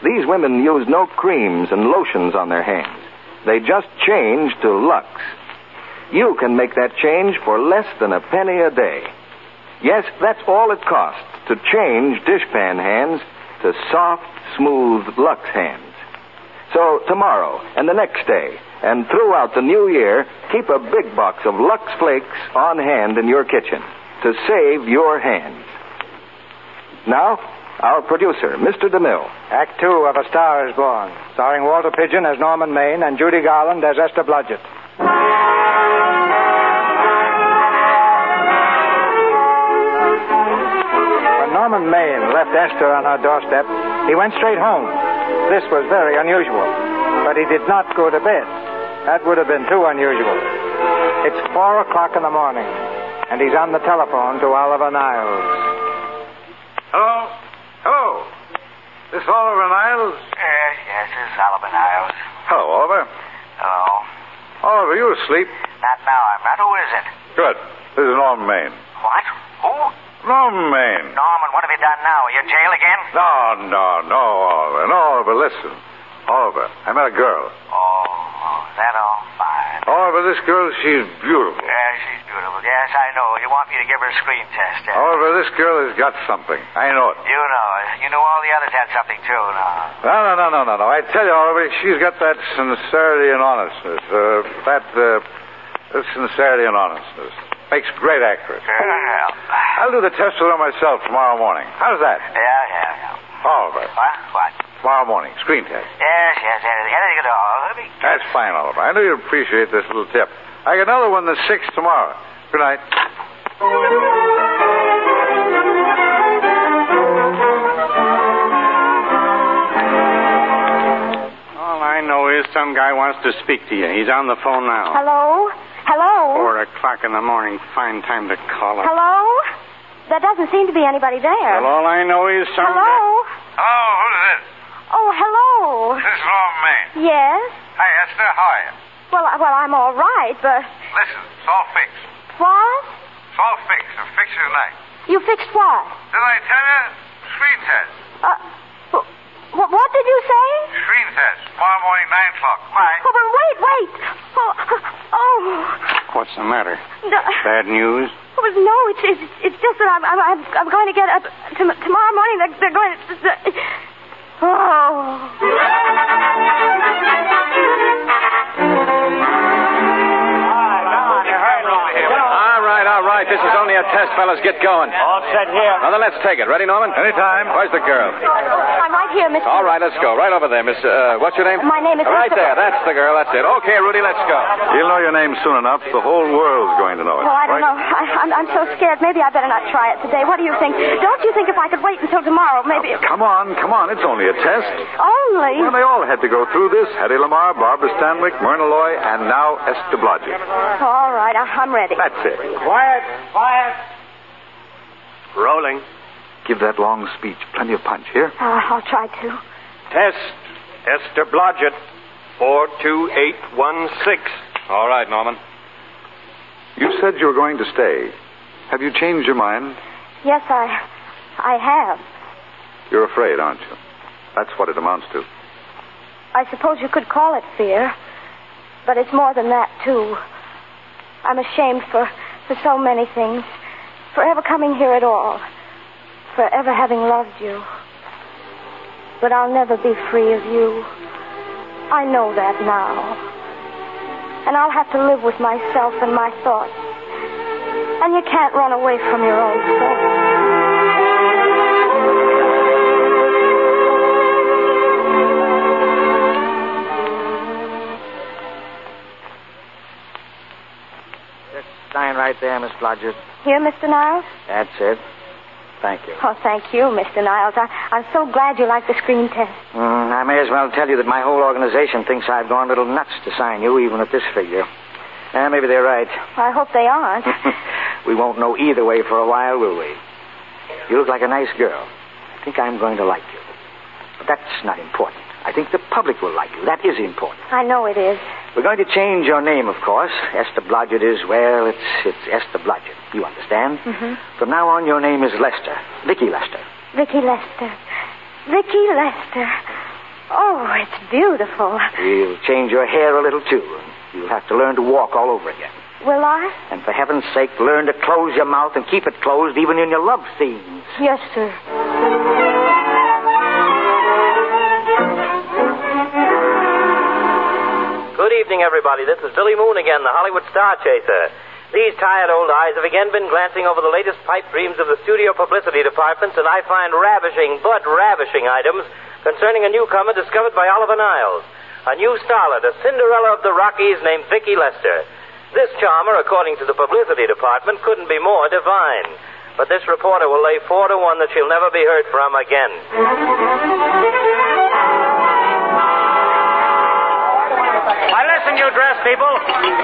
[SPEAKER 16] These women use no creams and lotions on their hands, They just changed to Lux. You can make that change for less than a penny a day. Yes, that's all it costs to change dishpan hands to soft, smooth Lux hands. So tomorrow and the next day and throughout the new year, keep a big box of Lux Flakes on hand in your kitchen to save your hands. Now, our producer, Mr. DeMille.
[SPEAKER 10] Act two of A Star is Born, starring Walter Pigeon as Norman Maine and Judy Garland as Esther Blodgett. When Norman Maine left Esther on her doorstep, he went straight home. This was very unusual, but he did not go to bed. That would have been too unusual. It's four o'clock in the morning, and he's on the telephone to Oliver Niles.
[SPEAKER 15] Hello? Hello? This Oliver Niles?
[SPEAKER 18] Yes, Uh, yes, this is Oliver Niles.
[SPEAKER 15] Hello, Oliver.
[SPEAKER 18] Hello.
[SPEAKER 15] Oliver, you asleep?
[SPEAKER 18] Not now, I'm not. Who is it?
[SPEAKER 15] Good. This is Norman Maine.
[SPEAKER 18] What? Who?
[SPEAKER 15] Norman Maine.
[SPEAKER 18] Norman, what have you done now? Are you in jail again?
[SPEAKER 15] No, no, no, Oliver. No, Oliver, listen. Oliver, I met a girl.
[SPEAKER 18] Oh, that all fine.
[SPEAKER 15] Oliver, this girl, she's beautiful.
[SPEAKER 18] Yeah, she's beautiful. Yes, I know. You want me to give her a screen test. eh?
[SPEAKER 15] Oliver, this girl has got something. I know it.
[SPEAKER 18] You know it. You knew all the others had something, too, now.
[SPEAKER 15] No, no, no, no, no, no. I tell you, Oliver, she's got that sincerity and honestness. Uh, that, uh, that sincerity and honestness. Makes great actress. I'll do the test with her myself tomorrow morning. How's that?
[SPEAKER 18] Yeah, yeah, yeah.
[SPEAKER 15] Oliver.
[SPEAKER 18] What? What?
[SPEAKER 15] Tomorrow morning, screen
[SPEAKER 18] Yes,
[SPEAKER 15] test.
[SPEAKER 18] yes, anything, anything at all. Let me...
[SPEAKER 15] That's fine, Oliver. I knew you'd appreciate this little tip. I got another one the 6th tomorrow. Good night.
[SPEAKER 13] All I know is some guy wants to speak to you. He's on the phone now.
[SPEAKER 8] Hello? Hello?
[SPEAKER 13] Four o'clock in the morning. Fine time to call him.
[SPEAKER 8] Hello? There doesn't seem to be anybody there.
[SPEAKER 13] Well, all I know is some.
[SPEAKER 8] Hello?
[SPEAKER 19] Hello, who's this?
[SPEAKER 8] Oh, hello.
[SPEAKER 19] This
[SPEAKER 15] Uh-huh.
[SPEAKER 19] is Norm Maine.
[SPEAKER 8] Yes?
[SPEAKER 19] Hi, Oh, Esther, how are you?
[SPEAKER 8] Well, I- well, I'm all right, but
[SPEAKER 19] Listen, it's all fixed.
[SPEAKER 8] what?
[SPEAKER 19] It's all fixed. I'll fix you tonight.
[SPEAKER 8] You fixed what?
[SPEAKER 19] Did I tell you? Screen test.
[SPEAKER 8] Uh, wh- wh- what did you say?
[SPEAKER 19] Screen test. Tomorrow morning, 9 o'clock. Bye.
[SPEAKER 8] Oh, but wait, wait. Oh, oh.
[SPEAKER 13] What's the matter?
[SPEAKER 8] No,
[SPEAKER 13] Bad news?
[SPEAKER 8] oh, no it's, it's, it's just that I'm, I'm, I'm, I'm going to get up tom- tomorrow morning. They're, they're going to. Oh.
[SPEAKER 20] All right, all right. This is only a test, fellas. Get going. All set here. Now then, let's take it. Ready, Norman? Anytime. Where's the girl?
[SPEAKER 8] I'm right here, Mr.
[SPEAKER 20] All right, let's go. Right over there, Miss. Uh, what's your name?
[SPEAKER 8] My name is
[SPEAKER 20] Right
[SPEAKER 8] Esther-
[SPEAKER 20] there. That's the girl. That's it. Okay, Rudy, let's go.
[SPEAKER 21] You'll know your name soon enough. The whole world's going to know it.
[SPEAKER 8] Well, I don't know. Oh, I, I'm, I'm so scared. Maybe I better not try it today. What do you think? Don't you think if I could wait until tomorrow, maybe.
[SPEAKER 21] Come on, come on. It's only a test.
[SPEAKER 8] Only.
[SPEAKER 21] Well, they all had to go through this. Hattie Lamar, Barbara Stanwyck, Myrna Loy, and now Esther Blodgett.
[SPEAKER 8] All right, I, I'm ready.
[SPEAKER 21] That's it.
[SPEAKER 8] Quiet, quiet.
[SPEAKER 20] Rolling. Give that long speech. Plenty of punch. Here.
[SPEAKER 8] Uh, I'll try to.
[SPEAKER 20] Test.
[SPEAKER 22] Esther Blodgett, 42816.
[SPEAKER 20] All right, Norman.
[SPEAKER 21] You said you were going to stay. Have you changed your mind?
[SPEAKER 8] Yes, I, I have.
[SPEAKER 21] You're afraid, aren't you? That's what it amounts to.
[SPEAKER 8] I suppose you could call it fear, but it's more than that too. I'm ashamed for for so many things, for ever coming here at all, for ever having loved you. But I'll never be free of you. I know that now, and I'll have to live with myself and my thoughts. And you can't run away from your own thoughts.
[SPEAKER 9] Sign right there, Miss Blodgett.
[SPEAKER 8] Here, Mr. Niles.
[SPEAKER 9] That's it. Thank you.
[SPEAKER 8] Oh, thank you, Mr. Niles. I, I'm so glad you like the screen test.
[SPEAKER 9] Mm, I may as well tell you that my whole organization thinks I've gone a little nuts to sign you, even at this figure. Eh, maybe they're right.
[SPEAKER 8] I hope they aren't.
[SPEAKER 9] We won't know either way for a while, will we? You look like a nice girl. I think I'm going to like you. But that's not important. I think the public will like you. That is important.
[SPEAKER 8] I know it is.
[SPEAKER 9] We're going to change your name, of course. Esther Blodgett is, well, it's, it's Esther Blodgett. You understand?
[SPEAKER 8] hmm
[SPEAKER 9] From now on, your name is Lester. Vicky Lester.
[SPEAKER 8] Vicky Lester. Vicky Lester.
[SPEAKER 17] Oh, it's beautiful.
[SPEAKER 9] You'll change your hair a little, too. You'll have to learn to walk all over again.
[SPEAKER 17] Will I?
[SPEAKER 9] And for heaven's sake, learn to close your mouth and keep it closed even in your love scenes.
[SPEAKER 17] Yes, sir.
[SPEAKER 1] Good evening, everybody. This is Billy Moon again, the Hollywood Star Chaser. These tired old eyes have again been glancing over the latest pipe dreams of the studio publicity departments, and I find ravishing, but ravishing items concerning a newcomer discovered by Oliver Niles. A new starlet, a Cinderella of the Rockies named Vicki Lester. This charmer, according to the publicity department, couldn't be more divine. But this reporter will lay four to one that she'll never be heard from again.
[SPEAKER 12] Now listen, you dress people.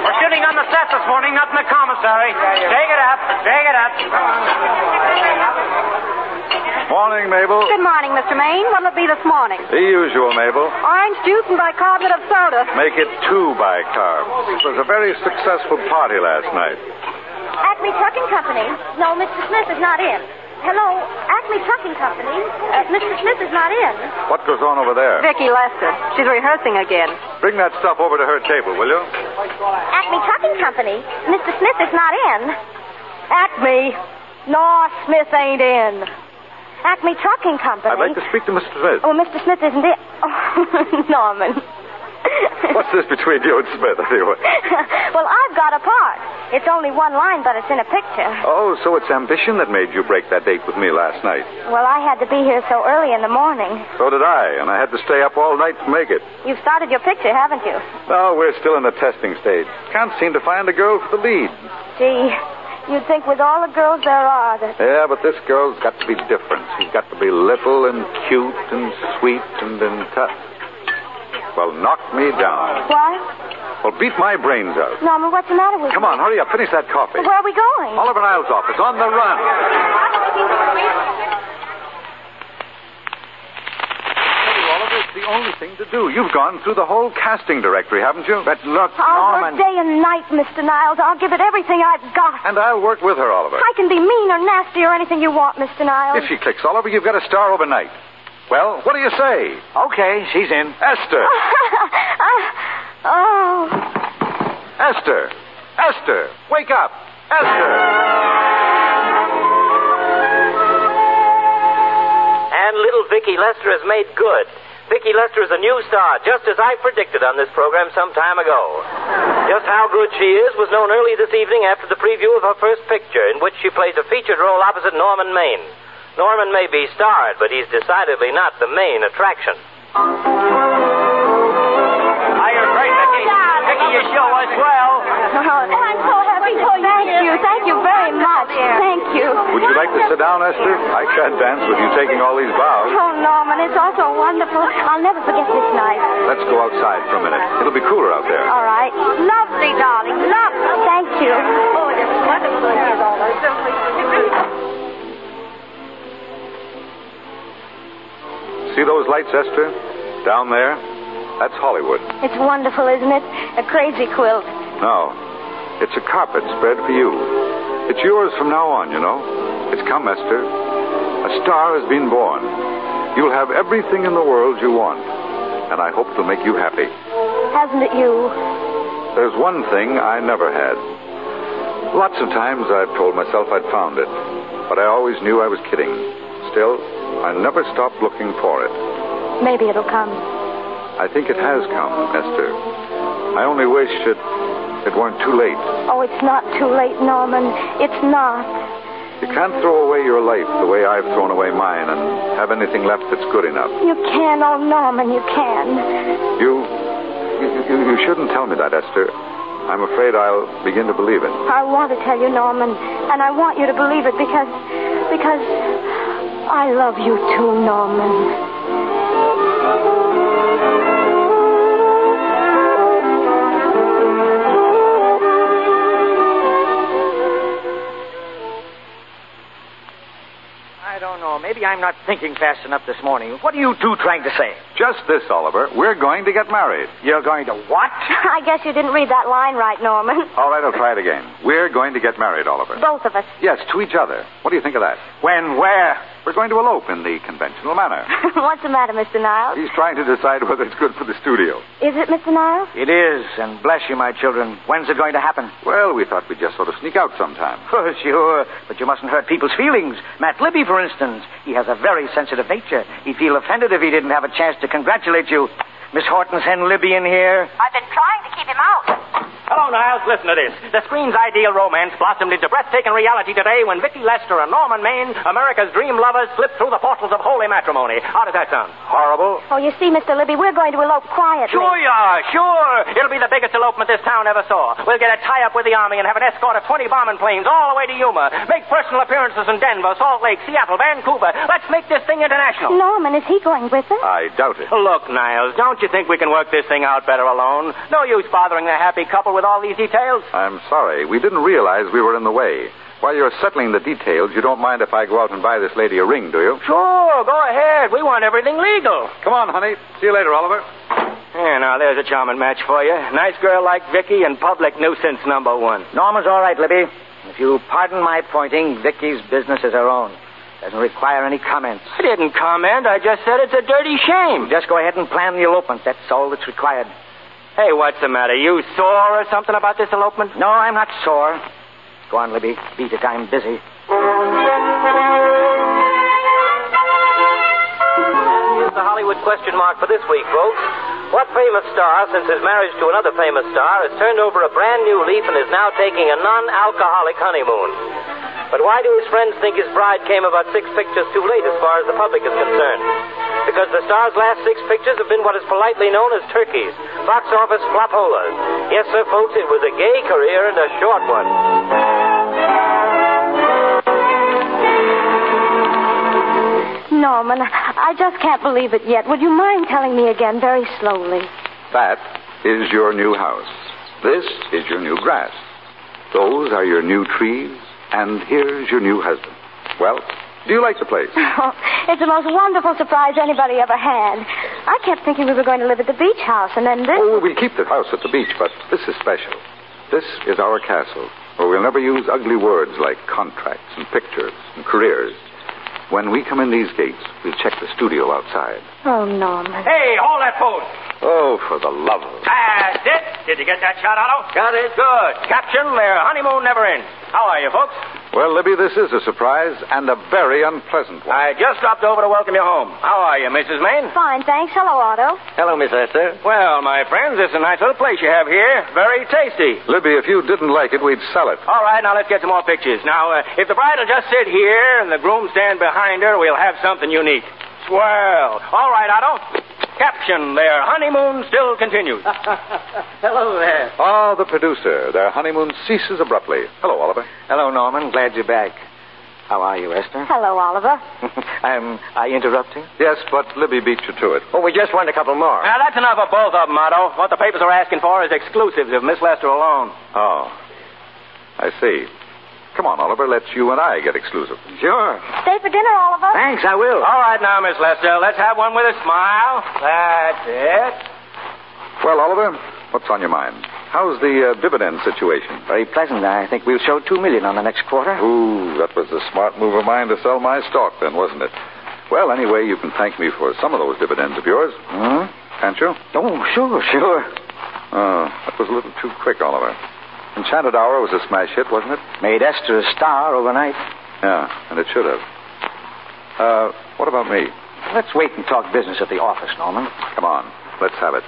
[SPEAKER 12] We're shooting on the set this morning, up in the commissary. Take it up. Take it up.
[SPEAKER 15] Morning, Mabel.
[SPEAKER 17] Good morning, Mr. Maine. What'll it be this morning?
[SPEAKER 15] The usual, Mabel.
[SPEAKER 17] Orange juice and bicarbonate of soda.
[SPEAKER 15] Make it two by carb. It was a very successful party last night.
[SPEAKER 8] Acme Trucking Company. No, Mr. Smith is not in. Hello, Acme Trucking Company. Uh, Mr. Smith is not in.
[SPEAKER 15] What goes on over there?
[SPEAKER 17] Vicki Lester. She's rehearsing again.
[SPEAKER 15] Bring that stuff over to her table, will you?
[SPEAKER 8] Acme Trucking Company. Mr. Smith is not in.
[SPEAKER 17] Acme. No, Smith ain't in.
[SPEAKER 8] Acme Trucking Company.
[SPEAKER 15] I'd like to speak to Mr. Smith.
[SPEAKER 8] Oh, Mr. Smith isn't in. Oh, Norman.
[SPEAKER 15] What's this between you and Smith, anyway?
[SPEAKER 8] well, I've got a part. It's only one line, but it's in a picture.
[SPEAKER 15] Oh, so it's ambition that made you break that date with me last night.
[SPEAKER 8] Well, I had to be here so early in the morning.
[SPEAKER 15] So did I, and I had to stay up all night to make it.
[SPEAKER 8] You've started your picture, haven't you?
[SPEAKER 15] No, we're still in the testing stage. Can't seem to find a girl for the lead.
[SPEAKER 8] Gee, you'd think with all the girls there are that.
[SPEAKER 15] Yeah, but this girl's got to be different. She's got to be little and cute and sweet and intelligent. Well, knock me down.
[SPEAKER 8] What?
[SPEAKER 15] Well, beat my brains out.
[SPEAKER 8] Norman, what's the matter with
[SPEAKER 15] Come
[SPEAKER 8] you?
[SPEAKER 15] on, hurry up. Finish that coffee.
[SPEAKER 8] Where are we going?
[SPEAKER 15] Oliver Niles' office, on the run. Oliver, it's the only thing to do. You've gone through the whole casting directory, haven't you? But look,
[SPEAKER 8] I'll work
[SPEAKER 15] Norman.
[SPEAKER 8] day and night, Mr. Niles. I'll give it everything I've got.
[SPEAKER 15] And I'll work with her, Oliver.
[SPEAKER 8] I can be mean or nasty or anything you want, Mr. Niles.
[SPEAKER 15] If she clicks, Oliver, you've got a star overnight. Well, what do you say? Okay, she's in. Esther!
[SPEAKER 8] oh.
[SPEAKER 15] Esther! Esther! Wake up!
[SPEAKER 1] And little Vicky Lester has made good. Vicky Lester is a new star, just as I predicted on this program some time ago. Just how good she is was known early this evening after the preview of her first picture, in which she plays a featured role opposite Norman Maine. Norman may be starred, but he's decidedly not the main attraction.
[SPEAKER 12] Vicky, your show was well.
[SPEAKER 8] Oh, I'm so happy for you. Thank you. Thank you very much. Thank you.
[SPEAKER 15] Would you like to sit down, Esther? I can't dance with you taking all these bows.
[SPEAKER 8] Oh, Norman, it's all so wonderful. I'll never forget this night.
[SPEAKER 15] Let's go outside for a minute. It'll be cooler out there.
[SPEAKER 8] All right. Lovely, darling. Lovely. Thank you. Oh, it is wonderful.
[SPEAKER 15] See those lights, Esther? Down there? That's Hollywood.
[SPEAKER 8] It's wonderful, isn't it? A crazy quilt.
[SPEAKER 15] No. It's a carpet spread for you. It's yours from now on, you know. It's come, Esther. A star has been born. You'll have everything in the world you want. And I hope it'll make you happy.
[SPEAKER 8] Hasn't it you?
[SPEAKER 15] There's one thing I never had. Lots of times I've told myself I'd found it, but I always knew I was kidding. Still, I never stopped looking for it.
[SPEAKER 8] Maybe it'll come.
[SPEAKER 15] I think it has come, Esther. I only wish it it weren't too late.
[SPEAKER 8] Oh, it's not too late, Norman. It's not.
[SPEAKER 15] You can't throw away your life the way I've thrown away mine and have anything left that's good enough.
[SPEAKER 8] You can, oh, Norman, you can.
[SPEAKER 15] You you, you, you shouldn't tell me that, Esther. I'm afraid I'll begin to believe it.
[SPEAKER 8] I want to tell you, Norman, and I want you to believe it because. because. I love you too, Norman.
[SPEAKER 20] I don't know. Maybe I'm not thinking fast enough this morning. What are you two trying to say?
[SPEAKER 15] Just this, Oliver. We're going to get married. You're going to what?
[SPEAKER 8] I guess you didn't read that line right, Norman.
[SPEAKER 15] All right, I'll try it again. We're going to get married, Oliver.
[SPEAKER 8] Both of us.
[SPEAKER 15] Yes, to each other. What do you think of that?
[SPEAKER 8] When, where?
[SPEAKER 15] We're going to elope in the conventional manner.
[SPEAKER 8] What's the matter, Mr. Niles?
[SPEAKER 15] He's trying to decide whether it's good for the studio.
[SPEAKER 8] Is it, Mr. Niles?
[SPEAKER 9] It is, and bless you, my children. When's it going to happen?
[SPEAKER 15] Well, we thought we'd just sort of sneak out sometime.
[SPEAKER 9] Oh, sure, but you mustn't hurt people's feelings. Matt Libby, for instance, he has a very sensitive nature. He'd feel offended if he didn't have a chance to congratulate you. Miss Horton send Libby in here.
[SPEAKER 2] I've been trying to keep him out.
[SPEAKER 20] Hello, Niles. Listen to this. The screen's ideal romance blossomed into breathtaking reality today when Vicki Lester and Norman Maine, America's dream lovers, slipped through the portals of holy matrimony. How does that sound?
[SPEAKER 15] Horrible.
[SPEAKER 8] Oh, you see, Mr. Libby, we're going to elope quietly.
[SPEAKER 20] Sure you are. Sure. It'll be the biggest elopement this town ever saw. We'll get a tie-up with the Army and have an escort of 20 bombing planes all the way to Yuma. Make personal appearances in Denver, Salt Lake, Seattle, Vancouver. Let's make this thing international.
[SPEAKER 8] Norman, is he going with us?
[SPEAKER 15] I doubt it.
[SPEAKER 20] Look, Niles, don't you think we can work this thing out better alone? No use bothering a happy couple with all these details.
[SPEAKER 15] I'm sorry. We didn't realize we were in the way. While you're settling the details, you don't mind if I go out and buy this lady a ring, do you?
[SPEAKER 20] Sure, go ahead. We want everything legal.
[SPEAKER 15] Come on, honey. See you later, Oliver.
[SPEAKER 20] Yeah, now there's a charming match for you. Nice girl like Vicky and public nuisance number one.
[SPEAKER 9] Norman's all right, Libby. If you'll pardon my pointing, Vicky's business is her own. Doesn't require any comments.
[SPEAKER 20] I didn't comment. I just said it's a dirty shame.
[SPEAKER 9] Just go ahead and plan the elopement. That's all that's required.
[SPEAKER 20] Hey, what's the matter? You sore or something about this elopement?
[SPEAKER 9] No, I'm not sore. Go on, Libby. Beat it. I'm busy.
[SPEAKER 1] Here's the Hollywood question mark for this week, folks. What famous star, since his marriage to another famous star, has turned over a brand new leaf and is now taking a non alcoholic honeymoon? But why do his friends think his bride came about six pictures too late as far as the public is concerned? Because the star's last six pictures have been what is politely known as turkeys, box office flopholas. Yes, sir, folks, it was a gay career and a short one.
[SPEAKER 8] Norman, I just can't believe it yet. Would you mind telling me again very slowly?
[SPEAKER 15] That is your new house. This is your new grass. Those are your new trees. And here's your new husband. Well, do you like the place?
[SPEAKER 8] Oh, it's the most wonderful surprise anybody ever had. I kept thinking we were going to live at the beach house, and then this.
[SPEAKER 15] Oh, we'll keep the house at the beach, but this is special. This is our castle, where we'll never use ugly words like contracts and pictures and careers. When we come in these gates, we'll check the studio outside.
[SPEAKER 8] Oh, Norman.
[SPEAKER 12] Hey, hold that phone.
[SPEAKER 15] Oh, for the love of...
[SPEAKER 12] That's it. Did you get that shot, Otto?
[SPEAKER 20] Got it. Good. Caption, their honeymoon never ends. How are you, folks?
[SPEAKER 15] Well, Libby, this is a surprise and a very unpleasant one.
[SPEAKER 20] I just dropped over to welcome you home. Oh, How are you, Mrs. Maine?
[SPEAKER 8] Fine, thanks. Hello, Otto.
[SPEAKER 9] Hello, Miss Esther.
[SPEAKER 20] Well, my friends, it's a nice little place you have here. Very tasty.
[SPEAKER 15] Libby, if you didn't like it, we'd sell it.
[SPEAKER 20] All right, now let's get some more pictures. Now, uh, if the bride will just sit here and the groom stand behind her, we'll have something unique. Swell. All right, Otto. Caption, their honeymoon still continues.
[SPEAKER 9] Hello there.
[SPEAKER 15] Ah, the producer. Their honeymoon ceases abruptly. Hello, Oliver.
[SPEAKER 9] Hello, Norman. Glad you're back. How are you, Esther?
[SPEAKER 8] Hello, Oliver.
[SPEAKER 9] Am I interrupting?
[SPEAKER 15] Yes, but Libby beat you to it.
[SPEAKER 9] Oh, we just want a couple more.
[SPEAKER 20] Now, that's enough of both of them, Otto. What the papers are asking for is exclusives of Miss Lester alone.
[SPEAKER 15] Oh, I see. Come on, Oliver. Let's you and I get exclusive.
[SPEAKER 9] Sure.
[SPEAKER 8] Stay for dinner, Oliver.
[SPEAKER 9] Thanks, I will.
[SPEAKER 20] All right now, Miss Lester, let's have one with a smile. That's it.
[SPEAKER 15] Well, Oliver, what's on your mind? How's the uh, dividend situation?
[SPEAKER 9] Very pleasant. I think we'll show two million on the next quarter.
[SPEAKER 15] Ooh, that was a smart move of mine to sell my stock then, wasn't it? Well, anyway, you can thank me for some of those dividends of yours.
[SPEAKER 9] Hmm?
[SPEAKER 15] Can't you?
[SPEAKER 9] Oh, sure, sure.
[SPEAKER 15] Oh, that was a little too quick, Oliver. Enchanted Hour was a smash hit, wasn't it?
[SPEAKER 9] Made Esther a star overnight.
[SPEAKER 15] Yeah, and it should have. Uh, what about me?
[SPEAKER 9] Let's wait and talk business at the office, Norman.
[SPEAKER 15] Come on, let's have it.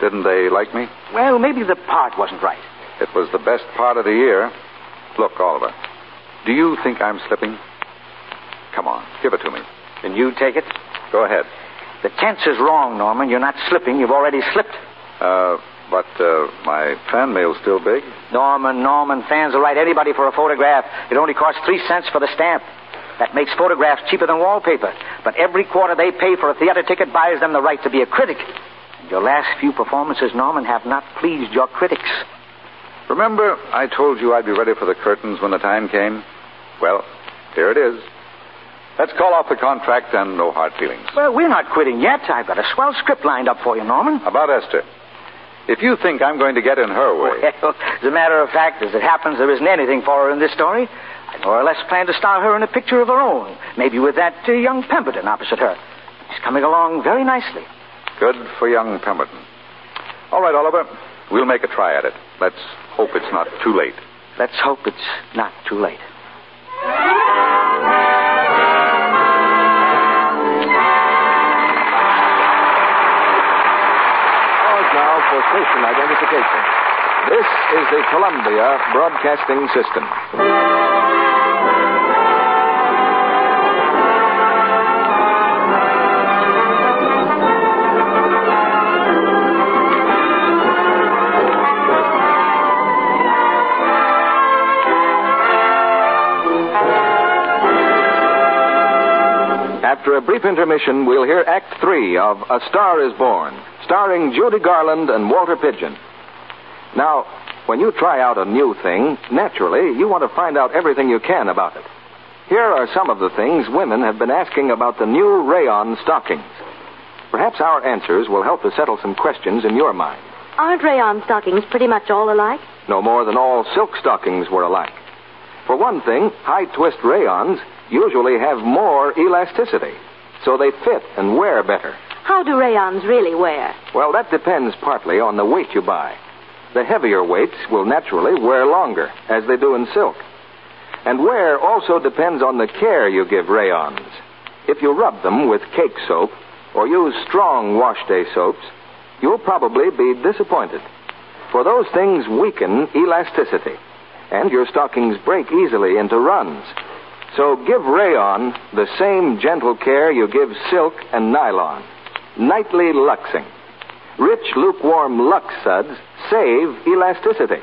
[SPEAKER 15] Didn't they like me?
[SPEAKER 9] Well, maybe the part wasn't right.
[SPEAKER 15] It was the best part of the year. Look, Oliver, do you think I'm slipping? Come on, give it to me.
[SPEAKER 9] Can you take it?
[SPEAKER 15] Go ahead.
[SPEAKER 9] The tense is wrong, Norman. You're not slipping. You've already slipped.
[SPEAKER 15] Uh, but uh, my fan mail's still big.
[SPEAKER 9] Norman, Norman, fans will write anybody for a photograph. It only costs three cents for the stamp. That makes photographs cheaper than wallpaper. But every quarter they pay for a theater ticket buys them the right to be a critic. And your last few performances, Norman, have not pleased your critics.
[SPEAKER 15] Remember, I told you I'd be ready for the curtains when the time came? Well, here it is. Let's call off the contract and no hard feelings.
[SPEAKER 9] Well, we're not quitting yet. I've got a swell script lined up for you, Norman.
[SPEAKER 15] About Esther. If you think I'm going to get in her way.
[SPEAKER 9] Well, as a matter of fact, as it happens, there isn't anything for her in this story. Or let's plan to star her in a picture of her own, maybe with that uh, young Pemberton opposite her. She's coming along very nicely.
[SPEAKER 23] Good for young Pemberton. All right, Oliver. We'll make a try at it. Let's hope it's not too late.
[SPEAKER 9] Let's hope it's not too late.
[SPEAKER 16] Pause now for station identification. This is the Columbia Broadcasting System. After a brief intermission, we'll hear Act Three of A Star Is Born, starring Judy Garland and Walter Pigeon. Now, when you try out a new thing, naturally, you want to find out everything you can about it. Here are some of the things women have been asking about the new rayon stockings. Perhaps our answers will help to settle some questions in your mind,
[SPEAKER 17] Aren't rayon stockings pretty much all alike?
[SPEAKER 16] no more than all silk stockings were alike. For one thing, high twist rayons usually have more elasticity, so they fit and wear better.
[SPEAKER 17] How do rayons really wear?
[SPEAKER 16] Well, that depends partly on the weight you buy. The heavier weights will naturally wear longer, as they do in silk. And wear also depends on the care you give rayons. If you rub them with cake soap or use strong wash day soaps, you'll probably be disappointed. For those things weaken elasticity, and your stockings break easily into runs. So give rayon the same gentle care you give silk and nylon. Nightly luxing. Rich, lukewarm Lux suds save elasticity.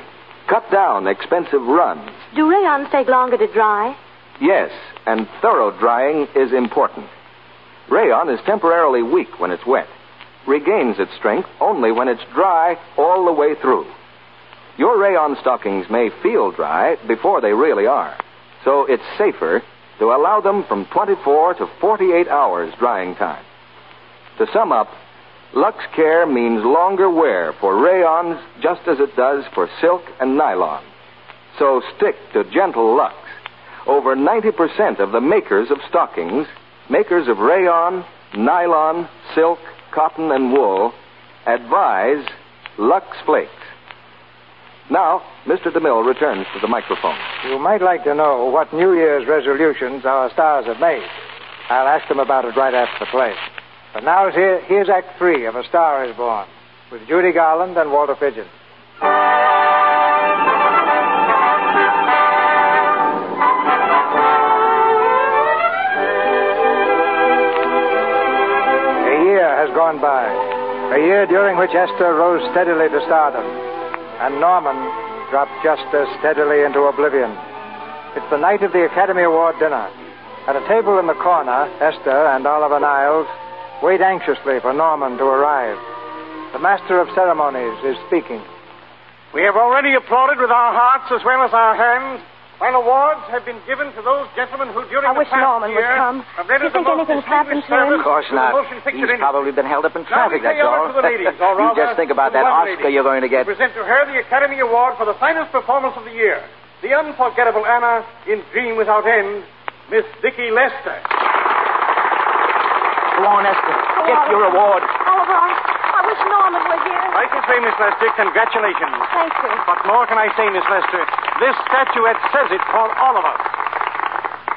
[SPEAKER 16] Cut down expensive runs.
[SPEAKER 17] Do rayons take longer to dry?
[SPEAKER 16] Yes, and thorough drying is important. Rayon is temporarily weak when it's wet, regains its strength only when it's dry all the way through. Your rayon stockings may feel dry before they really are, so it's safer to allow them from 24 to 48 hours drying time. To sum up, Lux Care means longer wear for rayons just as it does for silk and nylon. So stick to gentle Lux. Over 90% of the makers of stockings, makers of rayon, nylon, silk, cotton, and wool, advise Lux Flakes. Now, Mr. DeMille returns to the microphone.
[SPEAKER 10] You might like to know what New Year's resolutions our stars have made. I'll ask them about it right after the play. But now here, here's Act Three of A Star Is Born with Judy Garland and Walter Pigeon. A year has gone by. A year during which Esther rose steadily to stardom, and Norman dropped just as steadily into oblivion. It's the night of the Academy Award dinner. At a table in the corner, Esther and Oliver Niles wait anxiously for Norman to arrive. The master of ceremonies is speaking.
[SPEAKER 13] We have already applauded with our hearts as well as our hands, while awards have been given to those gentlemen who, during
[SPEAKER 17] I
[SPEAKER 13] the
[SPEAKER 17] wish
[SPEAKER 13] past
[SPEAKER 17] Norman would
[SPEAKER 13] year,
[SPEAKER 17] come.
[SPEAKER 13] have rendered
[SPEAKER 17] Do
[SPEAKER 13] the
[SPEAKER 17] you think
[SPEAKER 13] most
[SPEAKER 17] anything's happened
[SPEAKER 13] distinguished
[SPEAKER 17] to him?
[SPEAKER 13] service
[SPEAKER 9] Of course
[SPEAKER 13] to the
[SPEAKER 9] not.
[SPEAKER 13] motion
[SPEAKER 9] He's
[SPEAKER 13] picture industry.
[SPEAKER 9] probably been held up in
[SPEAKER 13] Now we
[SPEAKER 9] traffic,
[SPEAKER 13] say
[SPEAKER 9] that's
[SPEAKER 13] over
[SPEAKER 9] all.
[SPEAKER 13] to the ladies, or
[SPEAKER 9] you
[SPEAKER 13] rather
[SPEAKER 9] just think
[SPEAKER 13] to
[SPEAKER 9] about that
[SPEAKER 13] one
[SPEAKER 9] Oscar
[SPEAKER 13] lady.
[SPEAKER 9] you're going to get.
[SPEAKER 13] Present to her the Academy Award for the finest performance of the year, the unforgettable Anna in Dream Without End, Miss Dickie Lester.
[SPEAKER 9] Go on, Esther. Get your award.
[SPEAKER 17] Oliver, I, I wish Norman were here.
[SPEAKER 13] Like to say, Miss Lester, congratulations.
[SPEAKER 17] Thank you.
[SPEAKER 13] What more can I say, Miss Lester? This statuette says it for all of us.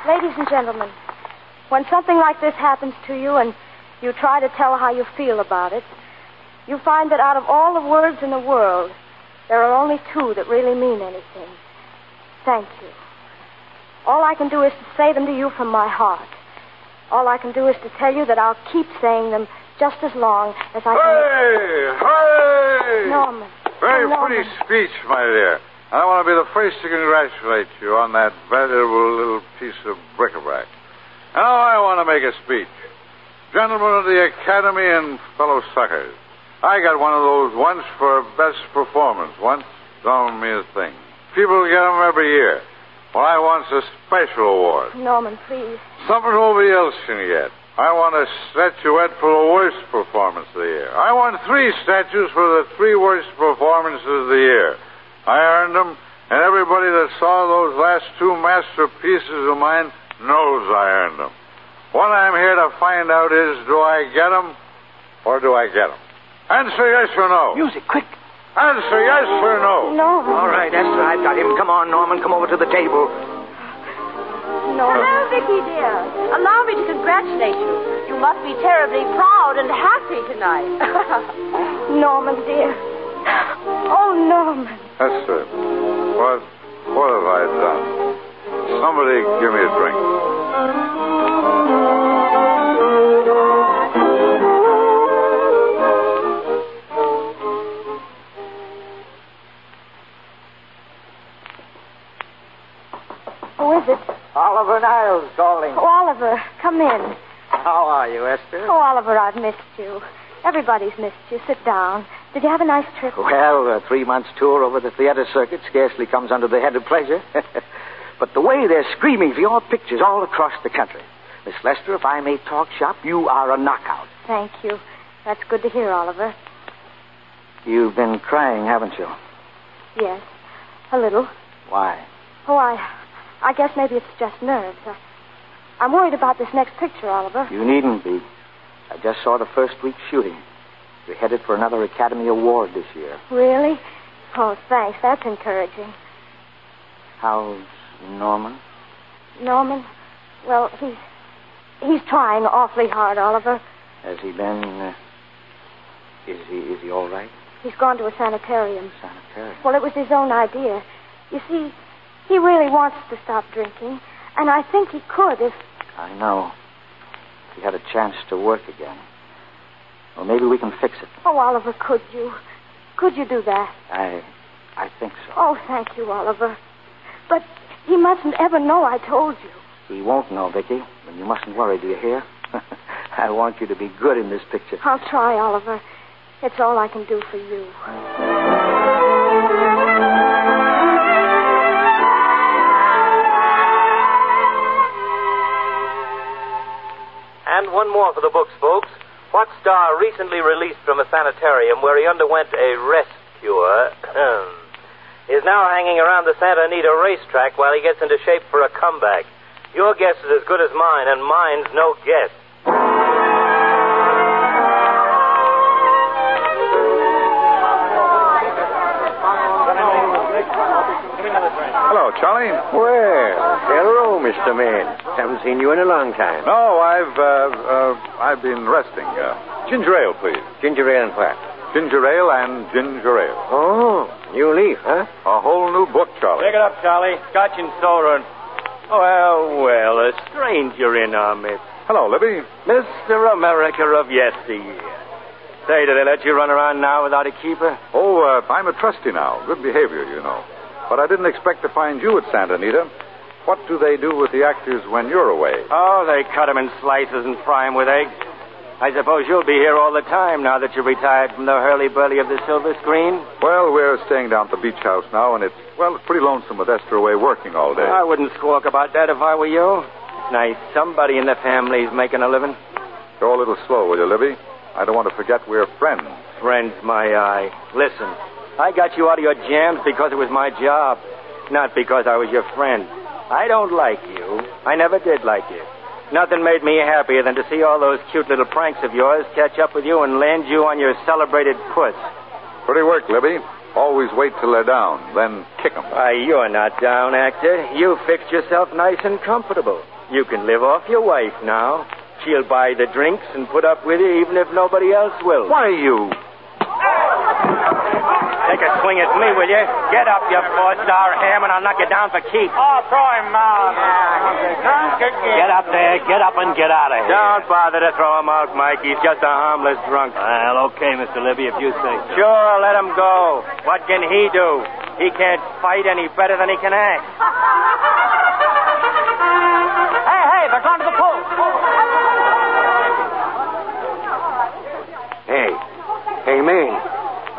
[SPEAKER 8] Ladies and gentlemen, when something like this happens to you and you try to tell how you feel about it, you find that out of all the words in the world, there are only two that really mean anything. Thank you. All I can do is to say them to you from my heart. All I can do is to tell you that I'll keep saying them just as long as I
[SPEAKER 15] Hey! Hey!
[SPEAKER 8] can. Norman.
[SPEAKER 15] Very
[SPEAKER 8] Norman.
[SPEAKER 15] pretty speech, my dear. I want to be the first to congratulate you on that valuable little piece of bric-a-brac. Now I want to make a speech. Gentlemen of the Academy and fellow suckers, I got one of those once for best performance. Once don't mean a thing. People get them every year. Well, I want a special award.
[SPEAKER 8] Norman, please.
[SPEAKER 15] Something nobody else can get. I want a statuette for the worst performance of the year. I want three statues for the three worst performances of the year. I earned them,
[SPEAKER 13] And everybody that saw those last two masterpieces of mine knows I earned them. What I'm here to find out is do I get them or do I get them? Answer yes or no.
[SPEAKER 9] Music, quick.
[SPEAKER 13] Answer yes or no.
[SPEAKER 8] No.
[SPEAKER 9] All right, Esther, I've got him. Come on, Norman, come over to the table.
[SPEAKER 8] No.
[SPEAKER 24] Hello, Vicky dear. Allow me to congratulate you. You must be terribly proud and happy tonight.
[SPEAKER 8] Norman, dear. Oh, Norman.
[SPEAKER 13] Esther, what, what have I done? Somebody give me a drink.
[SPEAKER 8] Who is it?
[SPEAKER 25] Oliver Niles calling.
[SPEAKER 8] Oh, Oliver, come in.
[SPEAKER 25] How are you, Esther?
[SPEAKER 8] Oh, Oliver, I've missed you. Everybody's missed you. Sit down. Did you have a nice trip?
[SPEAKER 9] Well, a three months tour over the theater circuit scarcely comes under the head of pleasure. but the way they're screaming for your pictures all across the country. Miss Lester, if I may talk shop, you are a knockout.
[SPEAKER 8] Thank you. That's good to hear, Oliver.
[SPEAKER 9] You've been crying, haven't you?
[SPEAKER 8] Yes, a little.
[SPEAKER 9] Why?
[SPEAKER 8] Oh, I, I guess maybe it's just nerves. I, I'm worried about this next picture, Oliver.
[SPEAKER 9] You needn't be. I just saw the first week's shooting. You're headed for another Academy Award this year.
[SPEAKER 8] Really? Oh, thanks. That's encouraging.
[SPEAKER 9] How's Norman?
[SPEAKER 8] Norman, well, he's he's trying awfully hard, Oliver.
[SPEAKER 9] Has he been? Uh, is he is he all right?
[SPEAKER 8] He's gone to a sanitarium.
[SPEAKER 9] Sanitarium.
[SPEAKER 8] Well, it was his own idea. You see, he really wants to stop drinking, and I think he could if
[SPEAKER 9] I know. If he had a chance to work again, well, maybe we can fix it.
[SPEAKER 8] Oh, Oliver, could you? Could you do that?
[SPEAKER 9] I I think so.
[SPEAKER 8] Oh, thank you, Oliver. But he mustn't ever know I told you.
[SPEAKER 9] He won't know, Vicky, and you mustn't worry. Do you hear? I want you to be good in this picture.
[SPEAKER 8] I'll try, Oliver. It's all I can do for you.
[SPEAKER 1] And one more for the books, folks. What star recently released from a sanitarium where he underwent a rest cure is now hanging around the Santa Anita racetrack while he gets into shape for a comeback? Your guess is as good as mine, and mine's no guess.
[SPEAKER 15] Hello, Charlie.
[SPEAKER 20] Well, hello, Mr. Man. Haven't seen you in a long time.
[SPEAKER 15] No, I've uh, uh, I've been resting. Uh, ginger ale, please.
[SPEAKER 20] Ginger ale and what?
[SPEAKER 15] Ginger ale and ginger ale.
[SPEAKER 20] Oh, new leaf, huh?
[SPEAKER 15] A whole new book, Charlie.
[SPEAKER 20] it up, Charlie. Scotch and soda. Well, well, a stranger in our midst.
[SPEAKER 15] Hello, Libby.
[SPEAKER 20] Mr. America of yesteryear. Say, do they let you run around now without a keeper?
[SPEAKER 15] Oh, uh, I'm a trustee now. Good behavior, you know. But I didn't expect to find you at Santa Anita. What do they do with the actors when you're away?
[SPEAKER 20] Oh, they cut 'em in slices and fry 'em with eggs. I suppose you'll be here all the time now that you're retired from the hurly-burly of the silver screen.
[SPEAKER 15] Well, we're staying down at the beach house now, and it's well, it's pretty lonesome with Esther away working all day.
[SPEAKER 20] I wouldn't squawk about that if I were you. It's nice. Somebody in the family's making a living.
[SPEAKER 15] Go a little slow, will you, Libby? I don't want to forget we're friends.
[SPEAKER 20] Friends, my eye. Listen, I got you out of your jams because it was my job, not because I was your friend. I don't like you. I never did like you. Nothing made me happier than to see all those cute little pranks of yours catch up with you and land you on your celebrated puss.
[SPEAKER 15] Pretty work, Libby. Always wait till they're down, then kick 'em.
[SPEAKER 20] Why, you're not down, actor. You fixed yourself nice and comfortable. You can live off your wife now. She'll buy the drinks and put up with you even if nobody else will.
[SPEAKER 15] Why, you.
[SPEAKER 20] Take a swing at me, will you? Get up, you four-star ham, and I'll knock you down for keeps.
[SPEAKER 12] Oh, throw him out. Drunk again.
[SPEAKER 20] Get up there. Get up and get out of here. Don't bother to throw him out, Mike. He's just a harmless drunk. Well, okay, Mr. Libby, if you say so. Sure, let him go. What can he do? He can't fight any better than he can act.
[SPEAKER 26] Hey, hey, they're going to the pool.
[SPEAKER 20] Hey. Hey, man.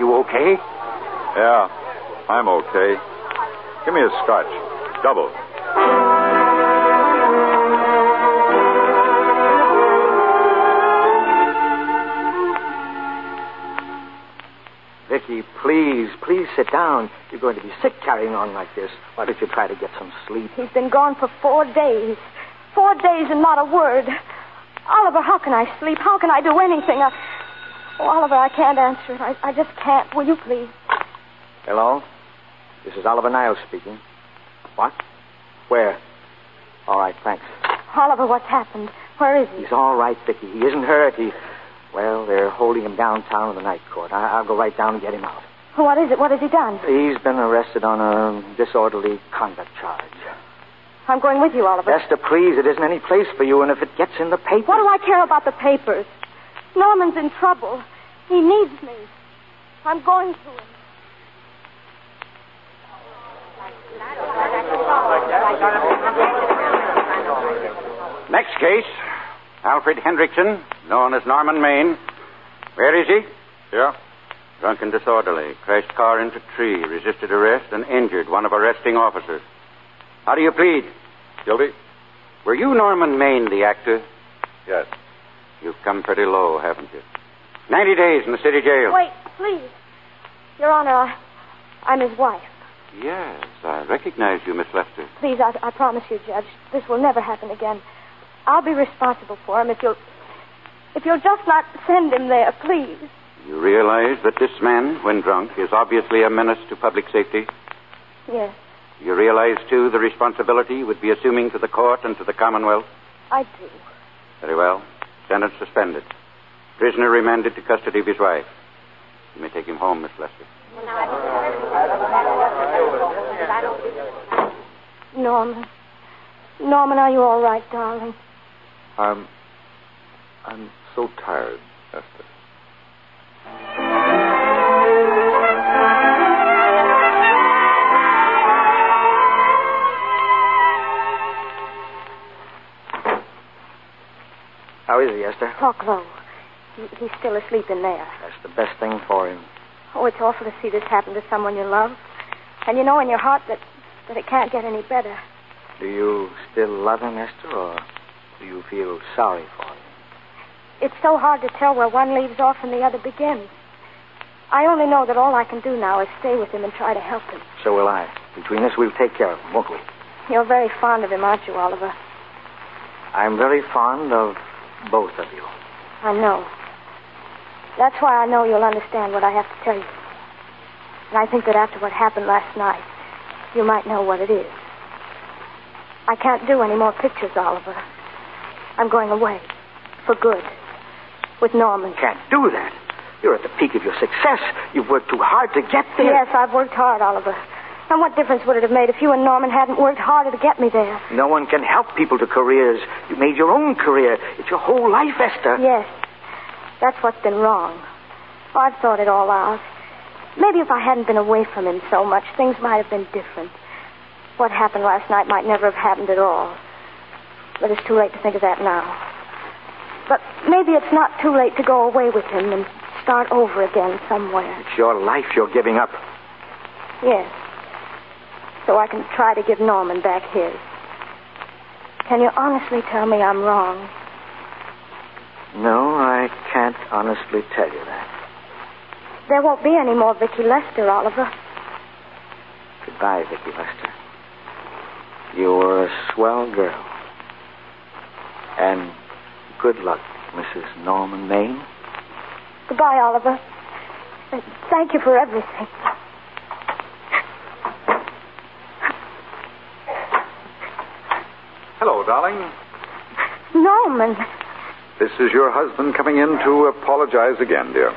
[SPEAKER 20] You okay?
[SPEAKER 15] Yeah, I'm okay. Give me a scotch. Double.
[SPEAKER 9] Vic, Dickie, please, please sit down. You're going to be sick carrying on like this. Why don't you try to get some sleep?
[SPEAKER 8] He's been gone for four days. Four days and not a word. Oliver, how can I sleep? How can I do anything? I... Oh, Oliver, I can't answer it. I, I just can't. Will you please?
[SPEAKER 9] Hello? This is Oliver Niles speaking. What? Where? All right, thanks.
[SPEAKER 8] Oliver, what's happened? Where is he?
[SPEAKER 9] He's all right, Vicky. He isn't hurt. He, well, they're holding him downtown in the night court. I, I'll go right down and get him out.
[SPEAKER 8] What is it? What has he done?
[SPEAKER 9] He's been arrested on a disorderly conduct charge.
[SPEAKER 8] I'm going with you, Oliver.
[SPEAKER 9] Esther, please, it isn't any place for you, and if it gets in the paper.
[SPEAKER 8] What do I care about the papers? Norman's in trouble. He needs me. I'm going to him.
[SPEAKER 27] Next case Alfred Hendrickson, known as Norman Maine. Where is he?
[SPEAKER 28] Yeah?
[SPEAKER 27] Drunken disorderly, crashed car into tree, resisted arrest, and injured one of arresting officers. How do you plead?
[SPEAKER 28] Guilty?
[SPEAKER 27] Were you Norman Maine, the actor?
[SPEAKER 28] Yes.
[SPEAKER 27] You've come pretty low, haven't you? Ninety days in the city jail.
[SPEAKER 8] Wait, please. Your Honor, I, I'm his wife.
[SPEAKER 27] Yes, I recognize you, Miss Lester.
[SPEAKER 8] Please, I, I promise you, Judge, this will never happen again. I'll be responsible for him if you'll. If you'll just not send him there, please.
[SPEAKER 27] You realize that this man, when drunk, is obviously a menace to public safety?
[SPEAKER 8] Yes,
[SPEAKER 27] You realize, too, the responsibility you would be assuming to the court and to the Commonwealth?
[SPEAKER 8] I do.
[SPEAKER 27] Very well. Sentence suspended. Prisoner remanded to custody of his wife. You may take him home, Miss Lester.
[SPEAKER 8] Norman. Norman, are you all right, darling?
[SPEAKER 15] I'm. I'm so tired, Esther.
[SPEAKER 9] How is he, Esther?
[SPEAKER 8] Talk low. He, he's still asleep in there.
[SPEAKER 9] That's the best thing for him.
[SPEAKER 8] Oh, it's awful to see this happen to someone you love. And you know in your heart that, that it can't get any better.
[SPEAKER 9] Do you still love him, Esther, or do you feel sorry for him?
[SPEAKER 8] It's so hard to tell where one leaves off and the other begins. I only know that all I can do now is stay with him and try to help him.
[SPEAKER 9] So will I. Between us, we'll take care of him, won't we?
[SPEAKER 8] You're very fond of him, aren't you, Oliver?
[SPEAKER 9] I'm very fond of both of you.
[SPEAKER 8] I know. That's why I know you'll understand what I have to tell you. And I think that after what happened last night, you might know what it is. I can't do any more pictures, Oliver. I'm going away. For good. With Norman.
[SPEAKER 9] Can't do that. You're at the peak of your success. You've worked too hard to get there.
[SPEAKER 8] Yes, I've worked hard, Oliver. And what difference would it have made if you and Norman hadn't worked harder to get me there?
[SPEAKER 9] No one can help people to careers. You made your own career. It's your whole life, Esther.
[SPEAKER 8] Yes. That's what's been wrong. Oh, I've thought it all out. Maybe if I hadn't been away from him so much, things might have been different. What happened last night might never have happened at all. But it's too late to think of that now. But maybe it's not too late to go away with him and start over again somewhere.
[SPEAKER 9] It's your life you're giving up.
[SPEAKER 8] Yes. So I can try to give Norman back his. Can you honestly tell me I'm wrong?
[SPEAKER 9] No, I can't honestly tell you that.
[SPEAKER 8] There won't be any more Vicky Lester, Oliver.
[SPEAKER 9] Goodbye, Vicky Lester. You were a swell girl. And good luck, Mrs. Norman Maine.
[SPEAKER 8] Goodbye, Oliver. And Thank you for everything.
[SPEAKER 15] Hello, darling.
[SPEAKER 8] Norman.
[SPEAKER 15] This is your husband coming in to apologize again, dear.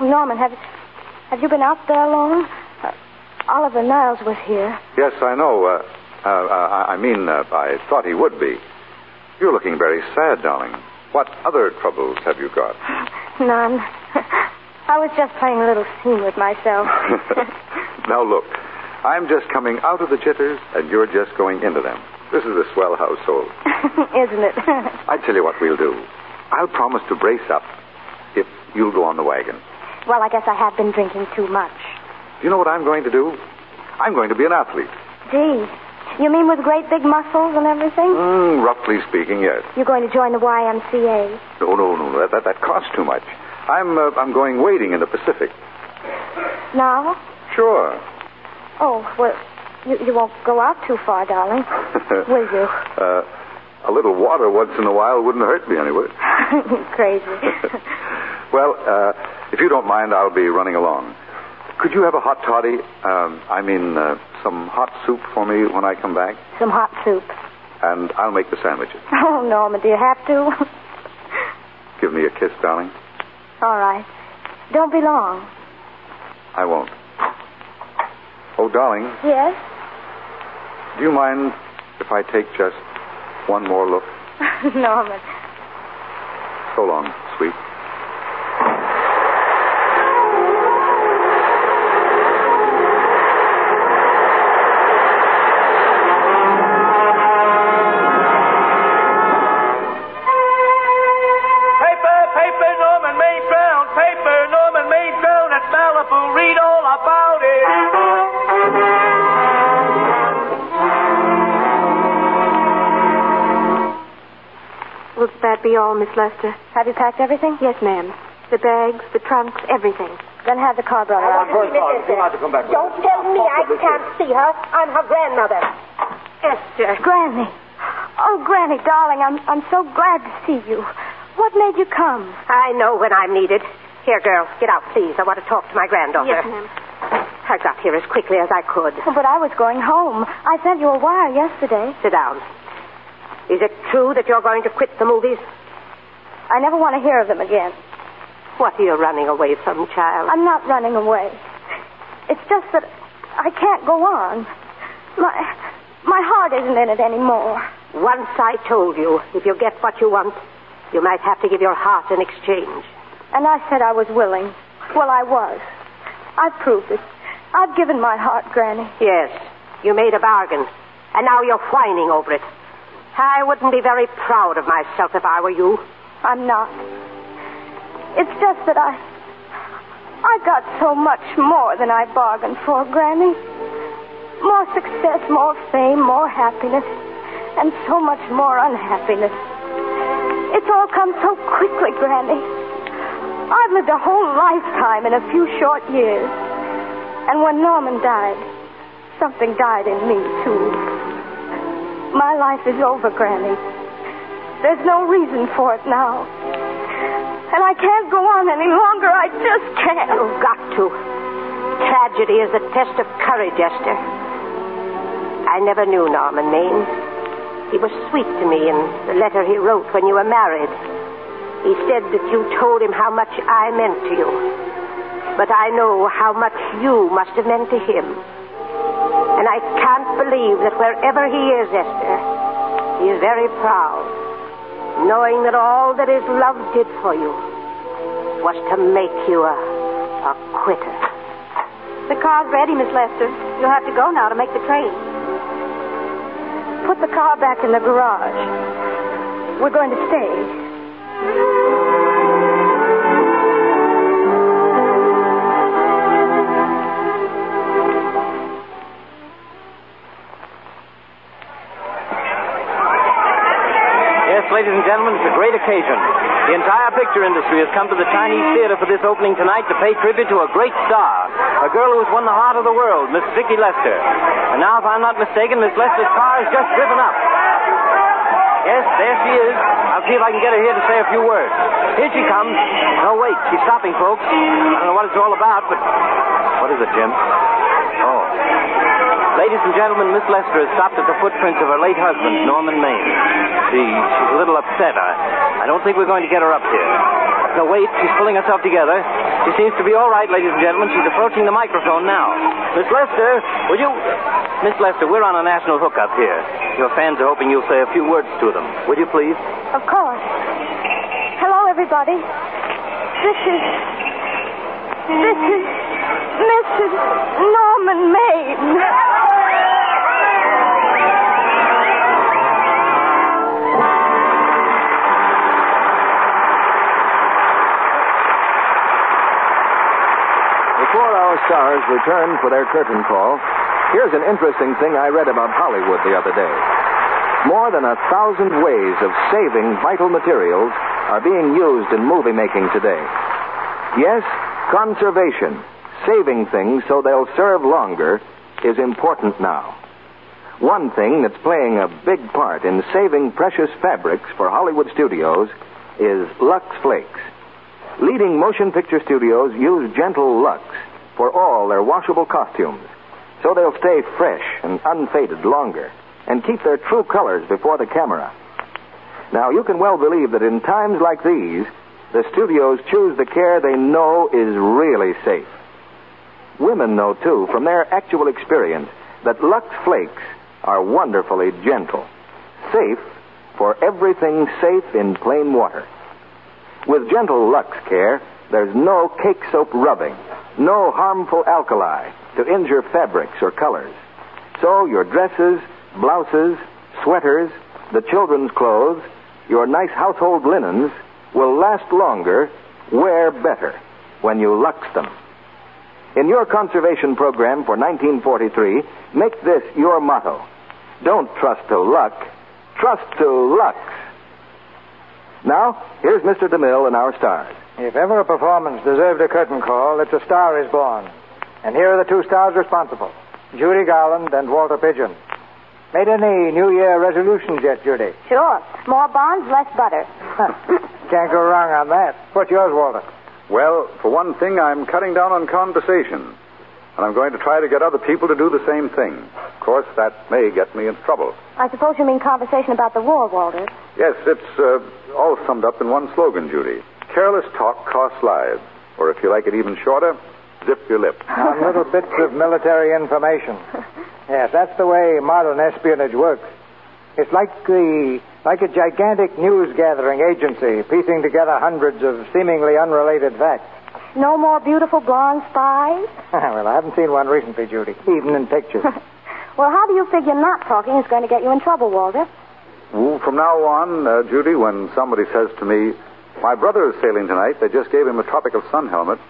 [SPEAKER 8] Norman, have, have you been out there long? Uh, Oliver Niles was here.
[SPEAKER 15] Yes, I know. Uh, uh, uh, I mean, uh, I thought he would be. You're looking very sad, darling. What other troubles have you got?
[SPEAKER 8] None. I was just playing a little scene with myself.
[SPEAKER 15] now look, I'm just coming out of the jitters, and you're just going into them. This is a swell household.
[SPEAKER 8] Isn't it?
[SPEAKER 15] I tell you what we'll do. I'll promise to brace up if you'll go on the wagon.
[SPEAKER 8] well, I guess I have been drinking too much.
[SPEAKER 15] Do you know what I'm going to do? I'm going to be an athlete.
[SPEAKER 8] Gee, you mean with great big muscles and everything?
[SPEAKER 15] Mm, roughly speaking, yes.
[SPEAKER 8] You're going to join the YMCA.
[SPEAKER 15] No, no, no. That that, that costs too much. I'm uh, I'm going wading in the Pacific.
[SPEAKER 8] Now?
[SPEAKER 15] Sure.
[SPEAKER 8] Oh, well, you, you won't go out too far, darling. Will you?
[SPEAKER 15] Uh, a little water once in a while wouldn't hurt me anyway.
[SPEAKER 8] Crazy.
[SPEAKER 15] Well, uh, if you don't mind, I'll be running along. Could you have a hot toddy? Um, I mean, uh, some hot soup for me when I come back?
[SPEAKER 8] Some hot soup.
[SPEAKER 15] And I'll make the sandwiches.
[SPEAKER 8] Oh, Norma, do you have to?
[SPEAKER 15] Give me a kiss, darling.
[SPEAKER 8] All right. Don't be long.
[SPEAKER 15] I won't. Oh, darling,
[SPEAKER 8] Yes?
[SPEAKER 15] do you mind if I take just one more look?
[SPEAKER 8] Norman.
[SPEAKER 15] So long, sweet.
[SPEAKER 29] Paper, paper, Norman May Brown. Paper, Norman May Brown at Malibu. Read all about it.
[SPEAKER 20] Will that be all, Miss Lester?
[SPEAKER 8] Have you packed everything?
[SPEAKER 20] Yes, ma'am. The bags, the trunks, everything.
[SPEAKER 8] Then have the car brought
[SPEAKER 20] I
[SPEAKER 8] out.
[SPEAKER 20] want to see Miss Esther.
[SPEAKER 11] Don't tell me I can't see her. I'm her grandmother.
[SPEAKER 8] Esther. Granny. Oh, Granny, darling, I'm, I'm so glad to see you. What made you come?
[SPEAKER 11] I know when I'm needed. Here, girl, get out, please. I want to talk to my granddaughter.
[SPEAKER 8] Yes, ma'am.
[SPEAKER 11] I got here as quickly as I could.
[SPEAKER 8] Oh, but I was going home. I sent you a wire yesterday.
[SPEAKER 11] Sit down. Is it true that you're going to quit the movies?
[SPEAKER 8] I never want to hear of them again.
[SPEAKER 11] What are you running away from, child?
[SPEAKER 8] I'm not running away. It's just that I can't go on. My my heart isn't in it anymore.
[SPEAKER 11] Once I told you, if you get what you want, you might have to give your heart in exchange.
[SPEAKER 8] And I said I was willing. Well, I was. I've proved it. I've given my heart, Granny.
[SPEAKER 11] Yes, you made a bargain, and now you're whining over it. I wouldn't be very proud of myself if I were you.
[SPEAKER 8] I'm not. It's just that I I got so much more than I bargained for, Granny. More success, more fame, more happiness, and so much more unhappiness. It's all come so quickly, Granny. I've lived a whole lifetime in a few short years. And when Norman died, something died in me, too. My life is over, Granny. There's no reason for it now. And I can't go on any longer. I just can't.
[SPEAKER 11] You've got to. Tragedy is the test of courage, Esther. I never knew Norman Maine. He was sweet to me in the letter he wrote when you were married. He said that you told him how much I meant to you. But I know how much you must have meant to him. And I can't believe that wherever he is, Esther, he is very proud, knowing that all that his love did for you was to make you a, a quitter.
[SPEAKER 30] The car's ready, Miss Lester. You'll have to go now to make the train.
[SPEAKER 8] Put the car back in the garage. We're going to stay.
[SPEAKER 18] Yes, ladies and gentlemen, it's a great occasion. The entire picture industry has come to the Chinese Theater for this opening tonight to pay tribute to a great star, a girl who's won the heart of the world, Miss Vicki Lester. And now, if I'm not mistaken, Miss Lester's car has just driven up. Yes, there she is. I'll see if I can get her here to say a few words. Here she comes. No, wait, she's stopping, folks. I don't know what it's all about, but what is it, Jim? Oh. Ladies and gentlemen, Miss Lester has stopped at the footprints of her late husband, Norman Maine. She, she's a little upset. I, I don't think we're going to get her up here. No, wait, she's pulling herself together. She seems to be all right, ladies and gentlemen. She's approaching the microphone now. Miss Lester, will you. Miss Lester, we're on a national hookup here. Your fans are hoping you'll say a few words to them. Will you please?
[SPEAKER 8] Of course. Hello, everybody. This is. This is. Mrs. Norman Maine.
[SPEAKER 16] Before our stars return for their curtain call, here's an interesting thing I read about Hollywood the other day. More than a thousand ways of saving vital materials are being used in movie making today. Yes, conservation, saving things so they'll serve longer is important now. One thing that's playing a big part in saving precious fabrics for Hollywood studios is Lux Flakes. Leading motion picture studios use gentle Lux for all their washable costumes, so they'll stay fresh and unfaded longer and keep their true colors before the camera. Now, you can well believe that in times like these, the studios choose the care they know is really safe. Women know, too, from their actual experience, that Lux Flakes are wonderfully gentle, safe for everything safe in plain water. With gentle Lux care, there's no cake soap rubbing, no harmful alkali to injure fabrics or colors. So your dresses, blouses, sweaters, the children's clothes, your nice household linens will last longer, wear better when you lux them. In your conservation program for 1943, make this your motto. Don't trust to luck, trust to Lux. Now, here's Mr. DeMille and our stars.
[SPEAKER 10] If ever a performance deserved a curtain call, it's A Star is Born. And here are the two stars responsible Judy Garland and Walter Pigeon. Made any New Year resolutions yet, Judy?
[SPEAKER 8] Sure. More bonds, less butter.
[SPEAKER 10] Can't go wrong on that. What's yours, Walter?
[SPEAKER 15] Well, for one thing, I'm cutting down on conversation. And I'm going to try to get other people to do the same thing. Of course, that may get me in trouble.
[SPEAKER 31] I suppose you mean conversation about the war, Walter.
[SPEAKER 15] Yes, it's uh, all summed up in one slogan, Judy. Careless talk costs lives. Or if you like it even shorter, zip your lip.
[SPEAKER 10] On little bits of military information. Yes, that's the way modern espionage works. It's like the like a gigantic news gathering agency piecing together hundreds of seemingly unrelated facts.
[SPEAKER 31] No more beautiful blonde spies?
[SPEAKER 10] well, I haven't seen one recently, Judy, even in pictures.
[SPEAKER 31] well, how do you figure not talking is going to get you in trouble, Walter?
[SPEAKER 15] Well, Mm, from now on, uh, Judy, when somebody says to me, "My brother is sailing tonight," they just gave him a tropical sun helmet.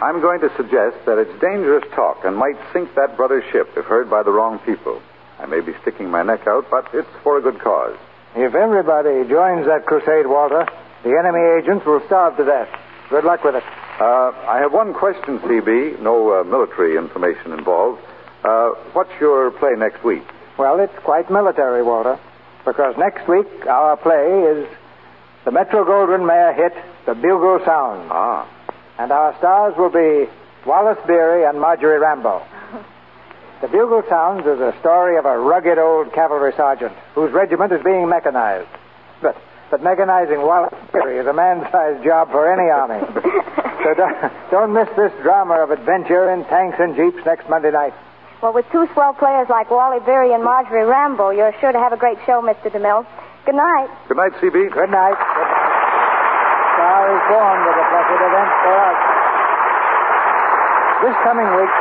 [SPEAKER 15] I'm going to suggest that it's dangerous talk and might sink that brother's ship if heard by the wrong people. I may be sticking my neck out, but it's for a good cause.
[SPEAKER 10] If everybody joins that crusade, Walter, the enemy agents will starve to death. Good luck with it.
[SPEAKER 15] Uh, I have one question, CB. No uh, military information involved. Uh, what's your play next week?
[SPEAKER 10] Well, it's quite military, Walter, because next week our play is the Metro Goldwyn Mayer hit "The Bugle Sounds,"
[SPEAKER 15] Ah.
[SPEAKER 10] and our stars will be Wallace Beery and Marjorie Rambo. The Bugle Sounds is a story of a rugged old cavalry sergeant whose regiment is being mechanized. But, but mechanizing Wallace Perry is a man-sized job for any army. so don't, don't miss this drama of adventure in tanks and jeeps next Monday night.
[SPEAKER 8] Well, with two swell players like Wally Berry and Marjorie Rambo, you're sure to have a great show, Mr. DeMille. Good night.
[SPEAKER 15] Good night, CB.
[SPEAKER 10] Good night. Good night. Star is born with a blessed event for us. This coming week,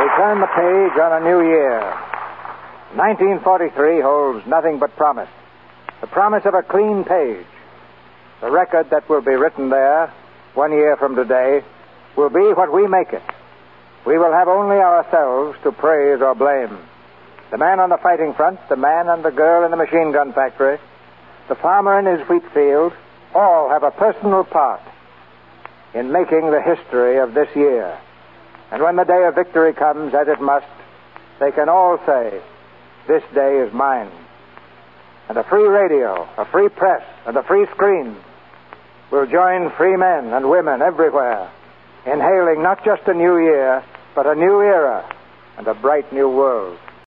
[SPEAKER 10] we turn the page on a new year. 1943 holds nothing but promise. The promise of a clean page. The record that will be written there, one year from today, will be what we make it. We will have only ourselves to praise or blame. The man on the fighting front, the man and the girl in the machine gun factory, the farmer in his wheat field, all have a personal part in making the history of this year. And when the day of victory comes, as it must, they can all say, This day is mine. And a free radio, a free press, and a free screen will join free men and women everywhere in hailing not just a new year, but a new era and a bright new world.